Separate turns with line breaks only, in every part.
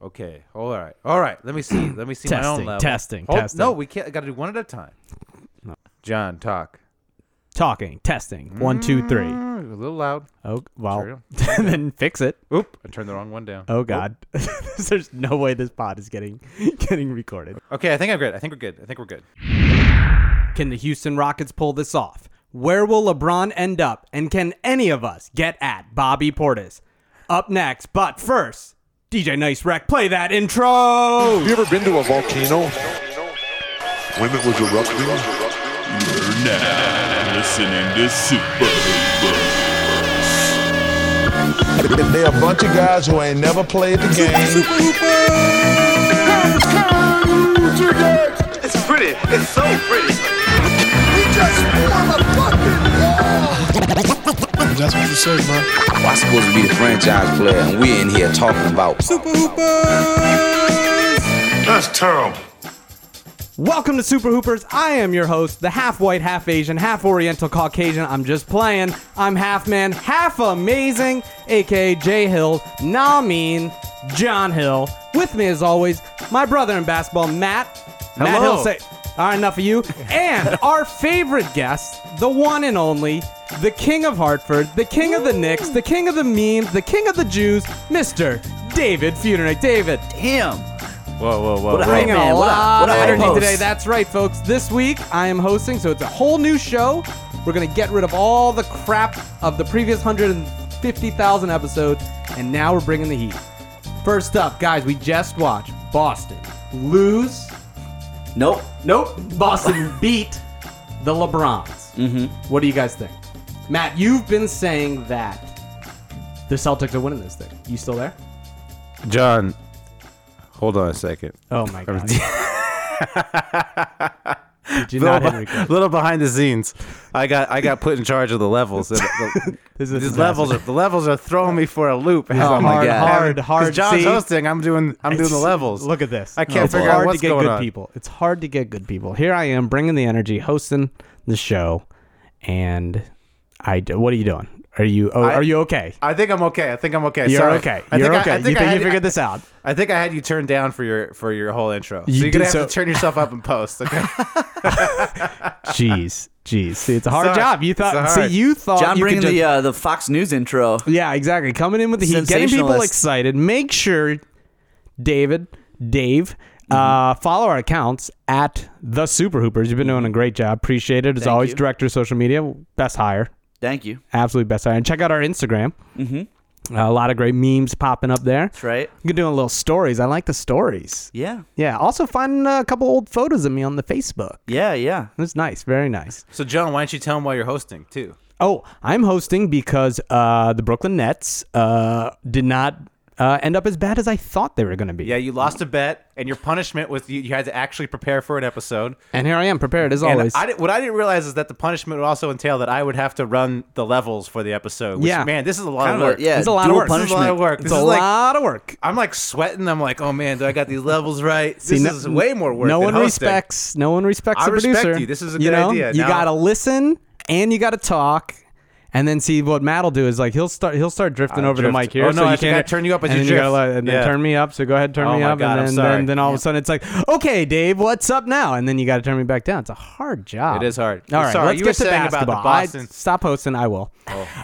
Okay. All right. All right. Let me see. Let me see my own
Testing,
level.
testing,
Hold-
testing.
No, we can't. I got to do one at a time. John, talk.
Talking, testing. One, two, three.
Mm, a little loud.
Oh
Sorry.
well, then fix it.
Oop! I turned the wrong one down.
Oh God, there's no way this pod is getting getting recorded.
Okay, I think I'm good. I think we're good. I think we're good.
Can the Houston Rockets pull this off? Where will LeBron end up? And can any of us get at Bobby Portis? Up next, but first, DJ Nice Rec, play that intro.
Have you ever been to a volcano?
when it was erupting.
You're now listening to Super
They're a bunch of guys who ain't never played the game.
It's pretty. It's so pretty.
That's what you say, man.
I'm supposed to be the franchise player, and we're in here talking about
That's terrible.
Welcome to Super Hoopers. I am your host, the half white, half Asian, half Oriental Caucasian. I'm just playing. I'm half man, half amazing, aka J Hill, nah mean, John Hill. With me, as always, my brother in basketball, Matt. Matt
Hello.
Hill, say, all right, enough of you. And our favorite guest, the one and only, the king of Hartford, the king of the Knicks, the king of the memes, the king of the Jews, Mr. David Futernick. David,
him.
Whoa, whoa, whoa.
What a
bringing
man,
a
what a-
lot
what a
of
high
energy
post.
today. That's right, folks. This week I am hosting, so it's a whole new show. We're gonna get rid of all the crap of the previous 150,000 episodes, and now we're bringing the heat. First up, guys, we just watched Boston lose.
Nope.
Nope, Boston beat the LeBrons. Mm-hmm. What do you guys think, Matt? You've been saying that the Celtics are winning this thing. You still there?
John, hold on a second.
Oh my god! Did you
Little,
not hit
be-
record?
little behind the scenes, I got I got put in charge of the levels. and the-
This is
these
disaster.
levels are the levels are throwing me for a loop.
Oh
I'm
my
like,
God.
"Man,
Hard,
'cause
hard,
John's
see?
hosting. I'm doing I'm doing the
It's-
levels.
Look at this.
I can't
it's
figure out
hard
what's
to get
going
good
on.
people. It's hard to get good people. Here I am bringing the energy, hosting the show, and I. d- What are you doing? Are you? Oh,
I-
are you okay?
I think I'm okay. I think I'm okay.
You're
Sorry.
okay.
I
You're
think I-
okay.
I,
you
think
think
I
you
had-
figured this out?
I think I had you turned down for your for your whole intro.
You
so you're gonna
did
have to
so-
turn yourself up in post. Okay.
Jeez, jeez. See, it's a hard
Sorry.
job. You thought.
Sorry.
See, you thought.
John
Oh, you could
bringing the
just-
uh, the Fox News intro.
yeah, exactly. Coming in with the heat, getting people
Sensationalist.
excited. Make sure, David, Dave. Uh,
Mm-hmm.
follow our accounts at the Super Hoopers. You've been doing a great job. Appreciate it. As
Thank
always,
you.
director of social media, best hire.
Thank you.
absolute best idea. And check out our Instagram. Mm-hmm. a lot of great memes popping up there.
That's right.
You can do a little stories. I like the stories.
Yeah.
Yeah. Also, find uh, a couple old photos of me on the Facebook.
Yeah. Yeah.
It's nice. Very nice.
so John, why don't you tell him why you're hosting too?
Oh, I'm hosting because uh, the Brooklyn Nets uh, did not uh, end up as bad as I thought they were going to be.
Yeah, you lost a bet, and your punishment was you, you had to actually prepare for an episode.
And here I am, prepared as
And
always.
I di- what I didn't realize is that the punishment would also entail that I would have to run the levels for the episode. Which,
Yeah.
man, this is a lot
Kind
of
of a-
work.
yeah,
it's a lot of
dual
work.
this is a lot of
punishment.
work.
It's
This
a
is like
lot of work.
I'm like sweating. I'm like, oh man, do I got these levels right? this
See,
is way more work.
No
than
one
hosting.
respects. No one respects
I
the
respect
producer.
you. This is a
you
good
know?
idea.
You
Now-
gotta listen and you gotta talk. And then see what Matt'll do is like he'll start he'll start drifting
I'll
over
drift.
to Mike here.
Oh, no,
so
I
you
think
can't
I turn you up as
and
you
then
drift.
gotta let- and then
Yeah.
turn me up. So go ahead, turn
Oh
me
my
up,
God, I'm
and then,
sorry.
then then all of a sudden it's like, okay, Dave, what's up now? And then you gotta turn me back down. It's a hard job.
It is hard.
All right,
Sorry,
let's
you were
get to
saying about the
basketball. I-
Boston- Oh.
stop hosting. I will.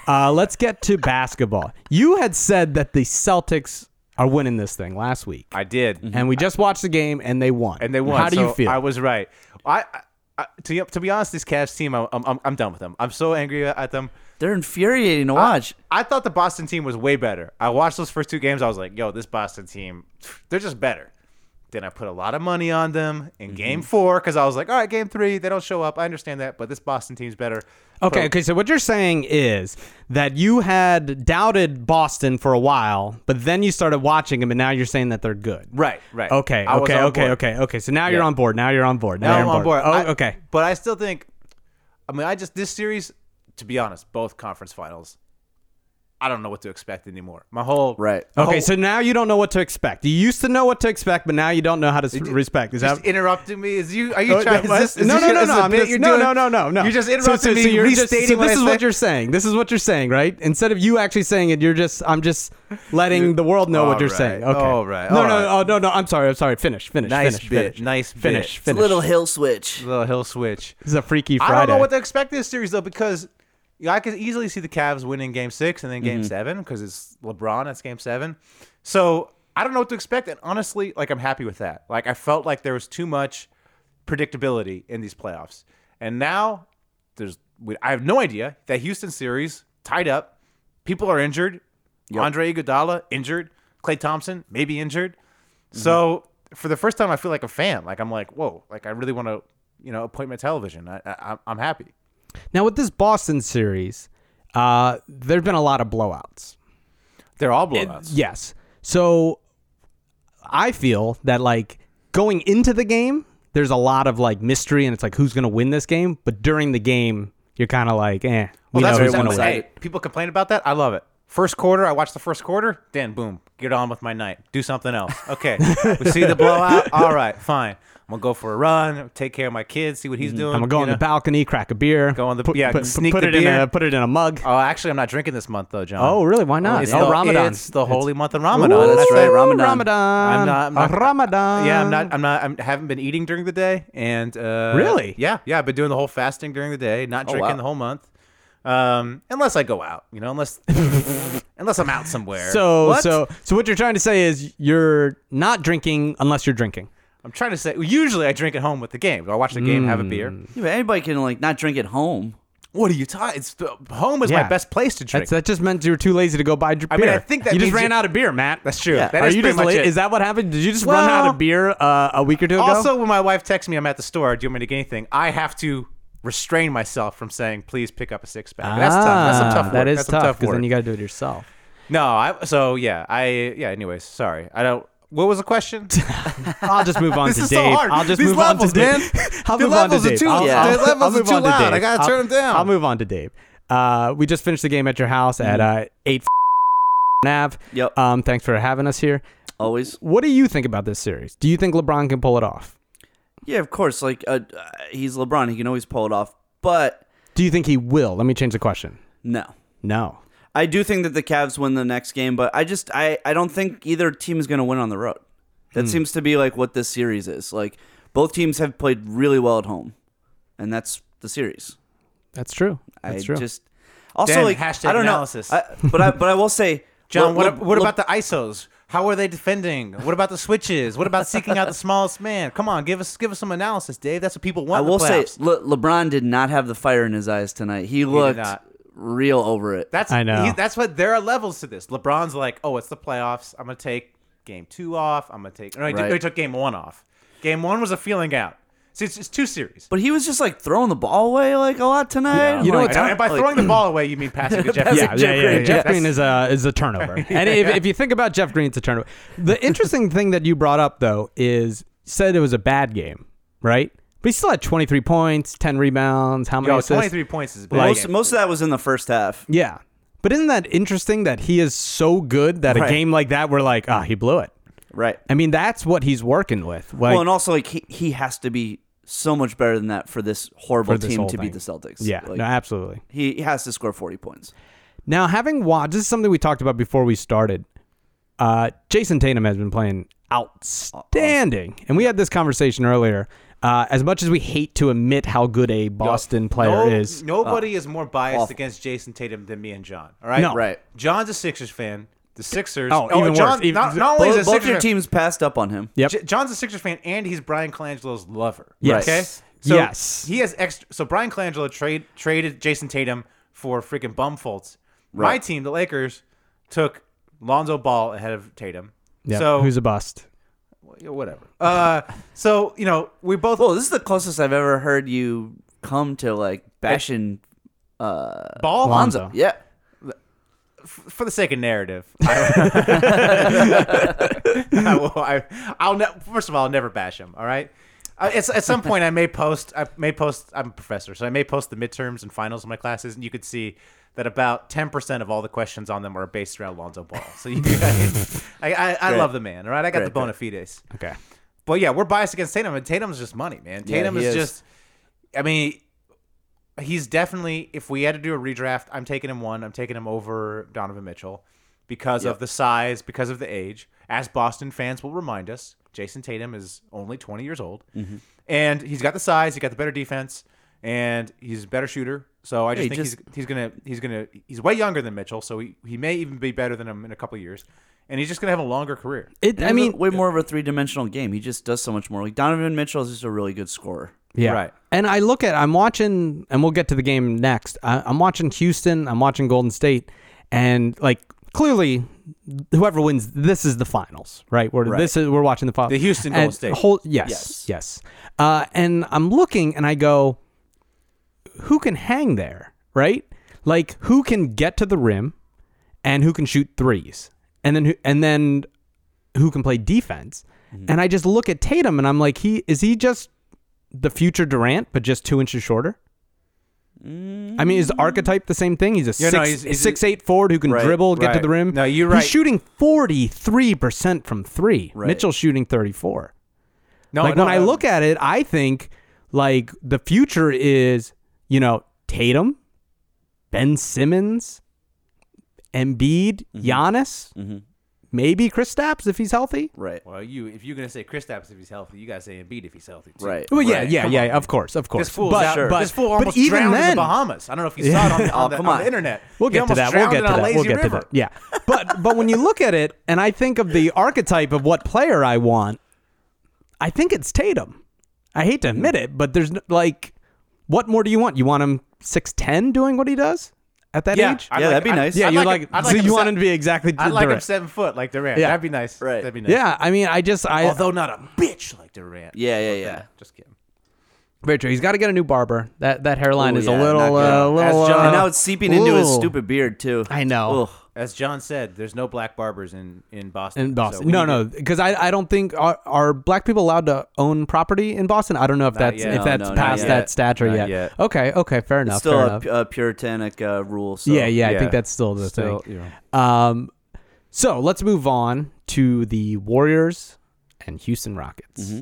Uh, let's get to basketball. You had said that the Celtics are winning this thing last week
I did.
and we just watched the game and they won.
and they won.
Mm-hmm. How do
so
you feel?
I was right. I, I, I to, be- to be honest, this Cavs team, I'm, I'm, I'm done with them. I'm so angry at them.
They're infuriating to watch.
I thought the Boston team was way better. I watched those first two games. I was like, yo, this Boston team, they're just better. Then I put a lot of money on them
Mm-hmm.
in game four because I was like, all right, game three, they don't show up. I understand that, but this Boston team's better.
okay, okay. So what you're saying is that you had doubted Boston for a while, but then you started watching them, and now you're saying that they're good.
Right, right.
Okay.
I was
Okay.
on
Okay.
board.
Okay. Okay. So now you're
Yeah.
on board. Now you're on board. Now,
Now
you're
I'm on board.
Oh,
I-
okay.
But I still think, I mean, I just, this series, to be honest, both conference finals, I don't know what to expect anymore. My whole
Right.
my
Okay,
whole-
so now you don't know what to expect. You used to know what to expect, but now you don't know how to s-
Did-
respect. Is that
just interrupting me? Is you are you
Oh,
trying?
no,
Is this, is
no,
this
no,
your-
no,
is
no,
the
I'm
bit
just-
you're
no,
doing?
no, no, no, no.
You're just
So-
interrupting
so,
me.
So you're just,
restating
so
what
this
I
is what
said.
you're saying. This is what you're saying, right? Instead of you actually saying it, you're just I'm just letting the world know what
All
you're
right.
saying. Okay.
All right.
No,
All
no,
right.
no, oh, no, no. I'm sorry. I'm sorry. Finish. Finish.
Nice
finish,
bit,
Finish.
nice bit. It's
Finish.
a
It's a
Finish.
little hill switch.
Little hill switch.
This is a freaky Friday.
I don't know what to expect this series though because you know, I could easily see the Cavs winning Game Six and then Game Seven because it's LeBron. That's Game Seven, so I don't know what to expect. And honestly, like I'm happy with that. Like I felt like there was too much predictability in these playoffs, and now there's we, I have no idea that Houston series tied up. People are injured. Andre Iguodala injured. Clay Thompson maybe injured. Mm-hmm. So for the first time, I feel like a fan. Like I'm like, whoa! Like I really want to, you know, appointment television. I, I I'm happy.
Now with this Boston series, uh, there've been a lot of blowouts.
They're all blowouts.
Yes. So I feel that like going into the game, there's a lot of like mystery and it's like who's gonna win this game, but during the game, you're kinda like, eh,
well, that's
we know
what's
who's gonna
happening.
win.
one-sided.
Hey, people complain about that. I love it. First quarter, I watch the first quarter. Then boom, get on with my night. Do something else. Okay, we see the blowout. All right, fine. I'm gonna go for a run. Take care of my kids. See what he's doing.
Mm-hmm. I'm gonna go
you
on the
know?
balcony, crack a beer,
Go on the-
put,
yeah,
put,
sneak
put
the
it in
beer.
a put it in a mug.
Oh, actually, I'm not drinking this month though, John.
Oh, really? Why not?
It's
oh,
the,
Ramadan.
It's the
It's-
holy month of Ramadan.
Ooh,
That's right, Ramadan.
Ramadan.
I'm not, I'm not-
A Um, Ramadan.
Yeah, I'm not. I'm not. I haven't been eating during the day, and uh,
Really? Oh,
yeah, yeah. I've been doing the whole fasting during the day, not drinking
wow.
the whole month, um, unless I go out. You know, unless unless I'm out somewhere.
So
What?
so so what you're trying to say is you're not drinking unless you're drinking.
I'm trying to say. well, Usually, I drink at home with the game. I watch the game,
Hmm.
have a beer.
Yeah, but anybody can like not drink at home.
What are you talking? It's uh, home is
Yeah.
my best place to drink.
That's, that just meant you were too lazy to go buy dr-
I
beer.
mean, I think that
you just
means
ran
you-
out of beer, Matt.
That's true.
Yeah.
That
Are
is
you
pretty
just
much
late?
it.
Is that what happened? Did you just run out
Well-
of beer uh, a week or two ago?
Also, when my wife texts me, I'm at the store. Do you want me to get anything? I have to restrain myself from saying, "Please pick up a six pack." that's tough. That's some
Ah,
tough. Work.
That is
That's some
tough
work.
then you got to do it yourself.
no, I. So yeah, I. Yeah. Anyways, sorry. I don't. What was the question?
I'll just move on
This
to
is
Dave.
so hard.
I'll just
These
move on
levels,
to Dave.
man.
I'll
The
move on to
levels are
Dave.
too-
I'll,
the
I'll-
levels
I'll
are
move
too
on to
loud.
Dave.
I gotta
I'll-
turn 'em down.
I'll move on to Dave. Uh, we just finished the game at your house at
Mm-hmm.
uh, eight Nav.
Yep.
Um, thanks for having us here.
Always.
What do you think about this series? Do you think LeBron can pull it off?
Yeah, of course. Like uh, uh, he's LeBron. He can always pull it off. But
Do you think he will? Let me change the question.
no.
No.
I do think that the Cavs win the next game, but I just I, I don't think either team is going to win on the road. That seems to be like what this series is. Like both teams have played really well at home, and that's the series.
That's true. That's
I
true.
just also
Dan,
like
hashtag
I don't
analysis.
know, I, but I but I will say,
John,
Le-
what,
Le-
what
Le-
about the ISOs? How are they defending? What about the switches? What about seeking out the smallest man? Come on, give us give us some analysis, Dave. That's what people
I
want. in
will
the
say
playoffs.
Le- LeBron did not have the fire in his eyes tonight. He looked
not.
real over it.
that's
I know.
He, that's what there are levels to this. LeBron's like, oh, it's the playoffs. I'm gonna take game two off. I'm gonna take. No, he, did-
Right.
no, he took game one off. Game one was a feeling out. See, it's, it's two series.
but he was just like throwing the ball away like a lot tonight.
You know
Like,
what's-
And I- and by
like-
throwing the ball away, you mean passing to Jeff.
Yeah, Jeff Green.
Jeff
Yes.
Green is a is a turnover. And if, if you think about Jeff Green, it's a turnover. The interesting thing that you brought up though is said it was a bad game, right? But he still had 23 points, 10 rebounds, how many
Yo,
assists?
23 points is a bad.
most
game.
most of that was in the first half.
Yeah. But isn't that interesting that he is so good that a
Right.
game like that we're like, ah, he blew it.
Right.
I mean, that's what he's working with. Like,
well, and also like he, he has to be so much better than that for this horrible
for this
team
whole
to
thing.
beat the Celtics.
Yeah,
Like,
no, absolutely.
he, he has to score forty points.
Now, having watched, this is something we talked about before we started. Uh, Jason Tatum has been playing outstanding, and we had this conversation earlier. Uh, as much as we hate to admit how good a Boston
No-
player is, Oh.
Nobody is more biased
awful.
against Jason Tatum than me and John. All right,
No.
Right.
John's a Sixers fan. The Sixers.
Oh, even
John,
worse. Even-
Not, not only is
Both,
he a
both
Sixers
your
fan-
teams passed up on him.
Yep.
J- John's a Sixers fan, and he's Brian Colangelo's lover.
Yes.
Okay.
Yes.
He has extra. So Brian Colangelo trade traded Jason Tatum for freaking bumfolts. My
Right.
team, the Lakers, took Lonzo Ball ahead of Tatum.
yeah,
So
who's a bust?
whatever. Uh, so you know we both
Well, Oh, this is the closest I've ever heard you come to like bashing
ball
Lonzo.
Lonzo. Yeah.
for the sake of narrative, I, I will, I, I'll ne- first of all, I'll never bash him. All right. Uh, it's, at some point, I may post. I may post. I'm a professor, so I may post the midterms and finals of my classes, and you could see that about 10% of all the questions on them are based around Lonzo Ball. So you guys, I, I, I love the man, all right? I got the
Great,
bona fides.
Okay.
But yeah, we're biased against Tatum, and Tatum's just money, man. Tatum
he
is,
is.
just, I mean, he's definitely. If we had to do a redraft, I'm taking him one. I'm taking him over Donovan Mitchell because of
Yep.
the size, because of the age. As Boston fans will remind us, Jason Tatum is only 20 years old,
Mm-hmm.
and he's got the size, he got the better defense, and he's a better shooter. So I just
he
think
just-
he's he's gonna he's gonna he's way younger than Mitchell, so he, he may even be better than him in a couple of years, and he's just gonna have a longer career.
It, I
He has
mean,
a- way more of a three dimensional game. He just does so much more. Like Donovan Mitchell is just a really good scorer.
Yeah.
Right.
And I look at, I'm watching, and we'll get to the game next. I, I'm watching Houston, I'm watching Golden State, and like clearly, whoever wins, this is the finals, right? We're this is we're watching the finals.
The Houston Golden
And
State.
Whole, yes, yes.
Yes.
Uh, and I'm looking, and I go, who can hang there, right? Like who can get to the rim, and who can shoot threes, and then who, and then who can play defense.
Mm-hmm.
And I just look at Tatum, and I'm like, he is he just the future Durant, but just two inches shorter? I mean, is the archetype the same thing? He's a
Mm. Yeah,
six,
no, he's- he's-
six eight forward who can
Right,
dribble, get to
right.
the rim.
No, you're right.
He's shooting forty three percent from three.
Right.
Mitchell's shooting thirty four.
No,
like
no,
when I look at it, I think like the future is you know Tatum, Ben Simmons, Embiid,
Mm-hmm.
Giannis, maybe Chris Stapps if he's healthy.
Right.
Well, you if you're gonna say Kristaps if he's healthy, you gotta say Embiid if he's healthy. Too.
Right.
Well, yeah,
Right.
yeah, yeah. Of course, of course.
This fool,
but,
out,
but,
this fool
but
almost
even
drowned in
then-
the Bahamas. I don't know if you saw
Yeah.
it on, the-
Oh,
on, the,
come
on
on.
the internet.
We'll
He
get to
almost
that. We'll
drowned
get
in
to
a
that. We'll
lazy
get to
river.
that. Yeah. But but when you look at it and I think of the archetype of what player I want, I think it's Tatum. I hate to admit it, but there's n- like what more do you want? You want him 6'10 doing what he does at that
Yeah,
age?
I'd
Yeah, that'd be
I'd-
nice.
yeah,
I'd
you're
like
like,
him- I'd
so
like
you
him
want
se-
him to be exactly
I'd like him
Durant.
seven foot like Durant.
Yeah.
That'd be nice.
Right.
That'd be nice.
Yeah, I mean, I just I
Although not a bitch like Durant.
Yeah, yeah,
Fuck
yeah.
that. Just kidding.
very true. He's got to get a new barber. That that hairline
Ooh,
is
yeah,
a
not
little
good.
uh, a little
As John-
uh,
and now it's seeping into his
ooh.
stupid beard too.
I know.
Ugh.
As John said, there's no black barbers in in Boston.
In Boston.
So we
no,
need to-
no, because I, I don't think are, are black people allowed to own property in Boston. I don't know if that's
yet.
if
No,
that's
no, not
past
yet.
that stature
Not
yet.
yet.
Okay, okay, fair enough.
It's still
fair
a,
enough.
pu- a puritanic uh, rule. So.
yeah, yeah, I
Yeah.
think that's still the
Oh,
Still,
thing.
you know.
Um, so let's move on to the Warriors and Houston Rockets.
Mm-hmm.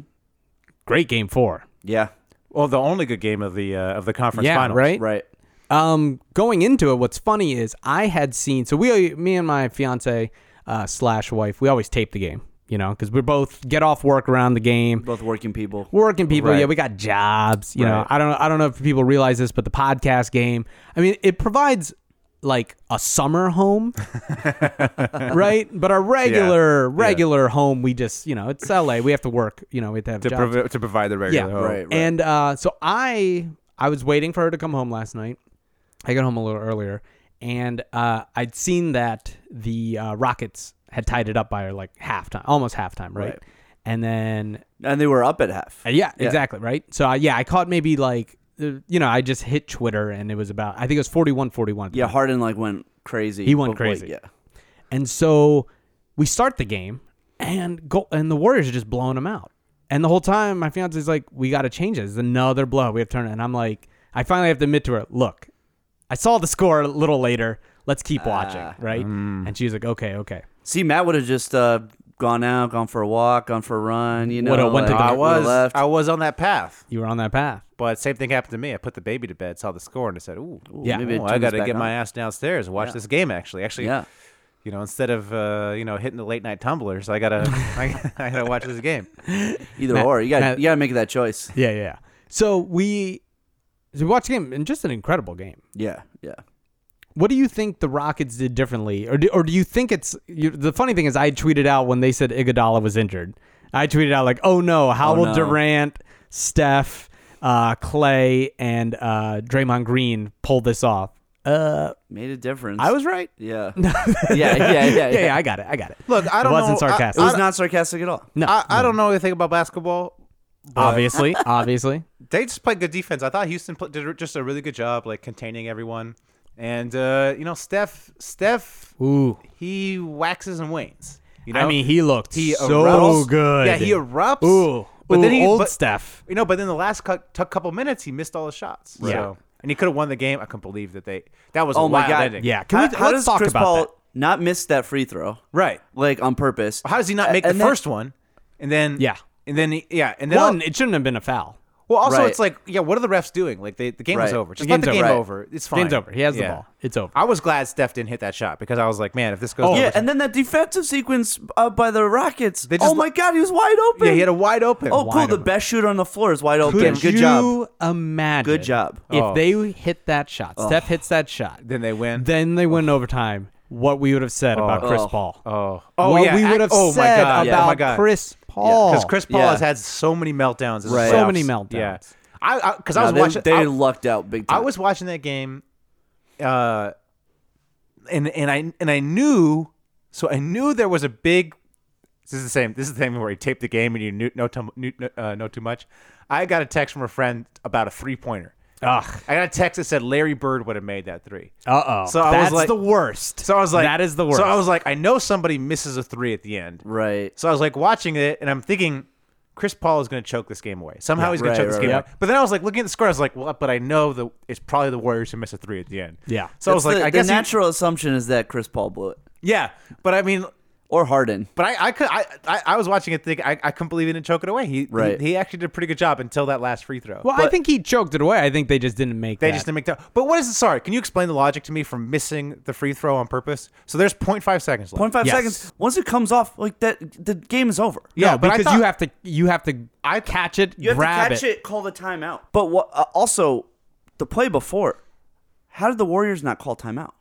Great game four.
Yeah.
Well, the only good game of the uh, of the conference
yeah,
finals.
right.
Right.
Um, going into it, what's funny is I had seen so we, me and my fiance uh, slash wife, we always tape the game, you know, because we both get off work around the game.
Both working people.
working people.
Right.
Yeah, we got jobs. You know,
Right.
I don't I don't know if people realize this, but the podcast game. I mean, it provides like a summer home, right? But our regular
Yeah.
regular home, we just you know, it's L.A. We have to work. You know, we have to have
To,
jobs.
provi- to provide the regular.
Yeah.
hope.
Right.
And uh, so I I was waiting for her to come home last night. I got home a little earlier, and uh, I'd seen that the uh, Rockets had tied it up by like halftime, almost halftime, right?
Right.
And then
And they were up at half.
uh, yeah, exactly, right? So, I yeah, I caught maybe like, uh, you know, I just hit Twitter and it was about, I think it was 41 41.
Yeah. Harden like went crazy.
He went
But, like,
crazy.
yeah.
And so we start the game and go, and the Warriors are just blowing them out. And the whole time my fiance's like, we got to change this. It's another blow. We have to turn it. And I'm like, I finally have to admit to her, look, I saw the score a little later. Let's keep watching, right? And she was like, okay, okay.
See, Matt would have just uh, gone out, gone for a walk, gone for a run. You know,
Would've went to
like,
the-
I
would've
was
left.
I was on that path,
You were on that path.
but same thing happened to me. I put the baby to bed, saw the score, and I said, "Ooh, ooh,
Yeah.
maybe it
I
turns
got to
back
get
on.
my ass downstairs and watch this game." Actually, actually,
Yeah.
you know, instead of uh, you know hitting the late night tumblers, I gotta I, I gotta watch this game.
Either or. You got.
Matt-
You got to make that choice.
Yeah, yeah. yeah. So we, so we watched the game and just an incredible game.
Yeah. Yeah.
What do you think the Rockets did differently, or do, or do you think it's you, the funny thing is I tweeted out when they said Iguodala was injured. I tweeted out like, "Oh no, how will
no.
Durant, Steph, uh, Clay, and uh, Draymond Green pull this off?" Uh,
Made a difference.
I was right.
Yeah. yeah. Yeah. Yeah. Yeah.
yeah, yeah, I got it. I got it.
Look, I don't
it wasn't
know- I-
sarcastic.
It was not sarcastic at all.
no,
I, I don't know anything about basketball.
obviously, obviously.
They just played good defense. I thought Houston pl- did just a really good job, like containing everyone. And uh, you know, Steph, Steph,
Ooh,
he waxes and wanes. You know,
I mean, he looked
he
so
erupts.
good.
Yeah, he erupts.
Ooh,
but
ooh,
then he
old
but-
Steph.
You know, but then the last cou- t- couple minutes, he missed all his shots.
Yeah.
So. and he could have won the game. I couldn't believe that they that was a
Oh my
wild
god!
ending.
Yeah, can we-
how, how
let's
does
talk
Chris
about
Paul
that.
not miss that free throw?
right.
Like on purpose.
How does he not make
A-
the
and then-
first one? And then
Yeah.
and then he- yeah, and then
One, it shouldn't have been a foul.
well, also
Right.
it's like yeah, what are the refs doing? Like they, the game was
Right.
over. Just
The
let the
game's
game
over.
over. It's fine.
Game's over. He has the
Yeah.
ball. It's over.
I was glad Steph didn't hit that shot because I was like, man, if this goes,
Oh, Yeah,
over,
and then that defensive sequence uh, by the Rockets.
They just
oh my
let-
god, he was wide open.
yeah, he had a wide open.
Oh, cool.
wide
The
open.
best shooter on the floor is wide open.
Could
Good
you
job.
imagine?
Good job.
If
Oh.
they hit that shot, Steph hits that shot,
Then they win.
Then they win overtime. What we would have said about Chris
Oh.
Paul?
oh, oh
what
yeah.
we would have
oh,
said
my God.
about
oh my God.
Chris Paul?
because Chris Paul
Yeah.
has had so many meltdowns. in the
Right.
So
playoffs.
many meltdowns.
Yeah, I because I,
No,
was
they,
watching.
they
I,
lucked out big
I
time.
was watching that game, uh, and and I and I knew, so I knew there was a big. This is the same. This is the thing where you tape the game and you knew, know, tum- knew, uh, know too much. I got a text from a friend about a three pointer.
Ugh.
I got a text that said Larry Bird would have made that three.
Uh Oh. oh.
So I was
That's
like-
the worst.
So I was like,
that is the worst.
So I was like, I know somebody misses a three at the end.
right.
So I was like watching it, and I'm thinking, Chris Paul is going to choke this game away. Somehow he's going
right,
to choke this
right,
game
right.
away. But then I was like looking at the score, I was like, well, but I know that it's probably the Warriors who miss a three at the end.
Yeah.
So I was
That's
like,
the,
I guess
the
he-
natural assumption is that Chris Paul blew it
yeah. But I mean,
or Harden.
but I I could I I, I was watching it, think I, I couldn't believe he didn't choke it away. He,
Right.
he he actually did a pretty good job until that last free throw.
well, I think he choked it away. I think they just didn't make
They
that.
just didn't make that. But what is it? Sorry, can you explain the logic to me from missing the free throw on purpose? So there's 0.5 seconds left.
0.5
Yes.
seconds. Once it comes off, like that, the game is over.
no,
Yeah, but I
because you
thought-
have to you have to I catch it,
You have
grab
to catch it. call the timeout. But what, uh, also, the play before, how did the Warriors not call timeout?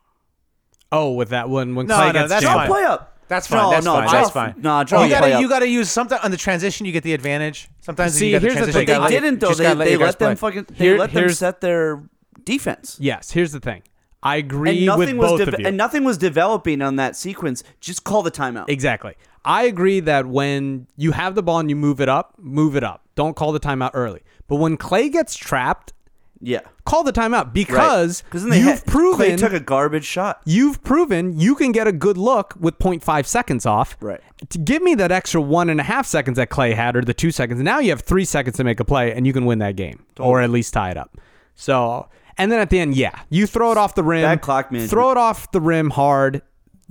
Oh, with that one when
No,
Clay
no,
gets
that's
jammed.
fine.
Play up.
That's fine.
No,
that's
no,
fine.
draw-
that's fine. Oh,
nah, draw
you
the play
gotta,
up.
you gotta use sometimes on the transition. You get the advantage. Sometimes
See,
you get
here's
the
the
transition.
thing.
you gotta
They
let-
didn't
you
though.
just
They,
gotta let
they
your guys
let them
play.
fucking. They
Here-
let them
here's-
set their defense.
Yes, here's the thing. I agree
And
with
nothing was
both
deve-
of you.
and nothing was developing on that sequence. Just call the timeout.
Exactly. I agree that when you have the ball and you move it up, move it up. Don't call the timeout early. But when Clay gets trapped,
yeah,
call the timeout because
then they
you've
had-
proven
Clay took a garbage shot.
you've proven you can get a good look with 0.5 seconds off.
Right.
To give me that extra one and a half seconds that Clay had or the two seconds. Now you have three seconds to make a play and you can win that game or at least tie it up. So, and then at the end, yeah, you throw it off the rim.
Bad clock management.
Throw it off the rim hard.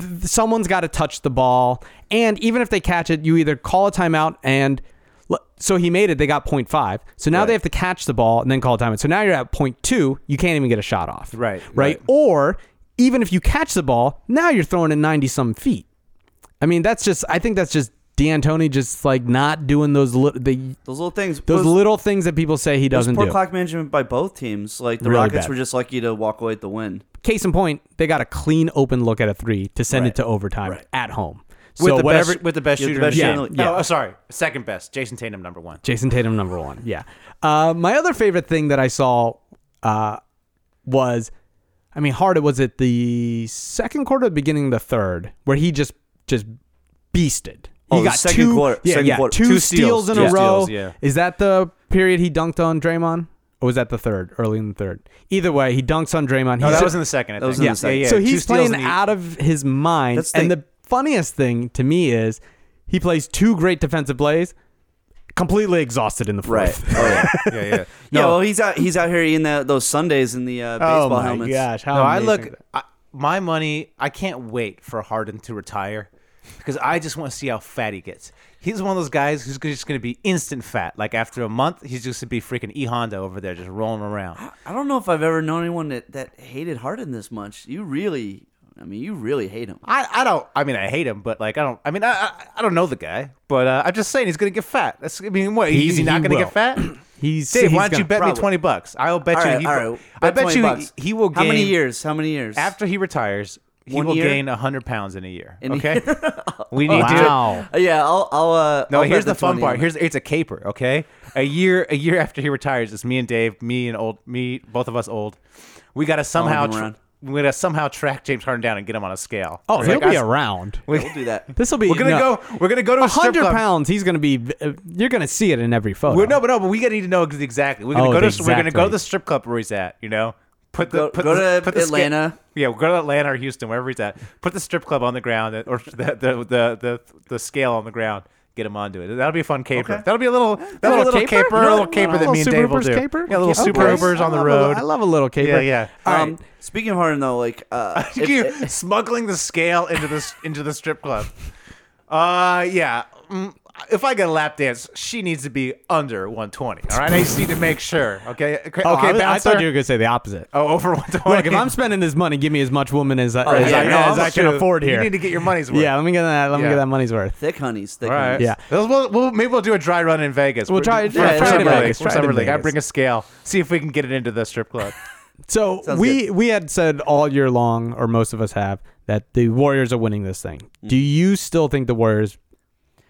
Th- th- Someone's got to touch the ball. And even if they catch it, you either call a timeout and. l- So he made it. They got 0.5. So now they have to catch the ball and then call a timeout. So now you're at 0.2. You can't even get a shot off.
Right,
Right.
right.
Or even if you catch the ball, now you're throwing it 90 some feet. I mean, that's just, I think that's just D'Antoni just like not doing those, li- the,
Those little things.
those little things that people say he
It was
doesn't
poor
do.
clock management by both teams. Like the
Really
Rockets
bad.
were just lucky to walk away with the win.
Case in point, they got a clean open look at a three to send it to overtime at home. So
with the
whatever,
best with the best
Yeah, the
shooter. in
best
the
shooter
league.
in the league.
No, oh, sorry, second best. Jason Tatum, number one.
Jason Tatum number one. Yeah. Uh, my other favorite thing that I saw uh, was, I mean, Harden was it the second quarter, or beginning of the third, where he just just beasted. He
Oh, the
got
second
two,
quarter-
yeah,
second
yeah,
quarter.
two,
Two
steals,
steals,
in a
yeah.
row.
Steals, yeah.
Is that the period he dunked on Draymond, or was that the third, early in the third? Either way, he dunks on Draymond.
No,
He's
that
a-
was in the second. I
That was
think.
in the second.
Yeah, yeah.
so
Two
he's
steals
playing
in the-
out of his mind.
That's the
and
thing.
the funniest thing to me is he plays two great defensive plays, completely exhausted in the fourth.
Oh yeah.
Yeah, yeah.
Yeah. Well, he's out. He's out here eating the, those Sundays in the
Oh,
uh, baseball helmets.
Oh How
No, I
amazing
look.
is that?
I, my money. I can't wait for Harden to retire because I just want to see how fat he gets. He's one of those guys who's just going to be instant fat. Like after a month, he's just going to be freaking E Honda over there, just rolling around.
I don't know if I've ever known anyone that, that hated Harden this much. You really, I mean, you really hate him.
I, I don't. I mean, I hate him, but like I don't. I mean, I I, I don't know the guy, but uh, I'm just saying he's gonna get fat. That's. I mean, what?
He-
is he not
he
gonna
will.
get fat?
He's
Dave, why don't
he's
you bet me
gonna-
probably.
twenty bucks? I'll bet
all
you.
right,
he,
all right.
I bet
20
you
bucks.
he, he will.
How
gain,
many years? How many years?
after he retires? He
One
will
year?
gain gain hundred pounds in a year.
In a
okay. we need to.
Wow.
Uh, yeah, I'll. I'll uh,
No,
I'll bet
here's the, fun
20
part.
on it.
Here's it's a caper, okay? A year a year after he retires, it's me and Dave, me and old me, both of us old. We gotta somehow
him
tr-
around.
we gotta somehow track James Harden down and get him on a scale.
Oh,
It's
he'll
like,
be
I-
around.
we-
We'll do that.
This will be.
We're gonna
no,
go. We're gonna go to a strip
hundred
club.
pounds. He's gonna be. uh, You're gonna see it in every photo.
We're, no, but no, but we gotta need to know ex- exactly. We're gonna
Oh,
go to
the
we're gonna
exact
go
rate.
to the strip club where he's at. You know, put the
Go-
put
go
the,
to
put the sca-
Atlanta.
yeah, we'll go to Atlanta or Houston, wherever he's at. Put the strip club on the ground or the the the the, the scale on the ground. Get him onto it. That'll be a fun caper. That'll be a little, that'll be a
little
little
caper?
caper,
You
a
know,
little caper that
little
me and
Super
Dave will
Hoopers
do.
caper?
Yeah, a little
Okay.
super hoopers on the
I love a little-
road.
I love a little caper.
Yeah, yeah.
Um, speaking of Harden though, like uh, if-
you
if-
smuggling the scale into this into the strip club. Uh, yeah. Mm, If I get a lap dance, she needs to be under 120. All right, I just need to make sure. Okay, okay,
Oh, I,
okay
was- I
bouncer.
thought you were gonna say the opposite.
oh, over 120.
Look, if I'm spending this money, give me as much woman as, I as,
yeah,
I,
no,
as
Oh, I'm
I can
sure.
afford here.
you need to get your money's worth.
yeah, let me get that. Let me
Yeah.
get that money's worth.
thick honeys, thick
All right.
honeys.
Yeah.
Those- We'll, we'll, maybe we'll do a dry run in Vegas.
We'll
We're-
try it-
for summer
yeah, try it in
league,
Vegas,
for
try it
summer
in
league. I
Vegas.
bring a scale. See if we can get it into the strip club.
So
Sounds
we we had said all year long, or most of us have, that the Warriors are winning this thing. Do you still think the Warriors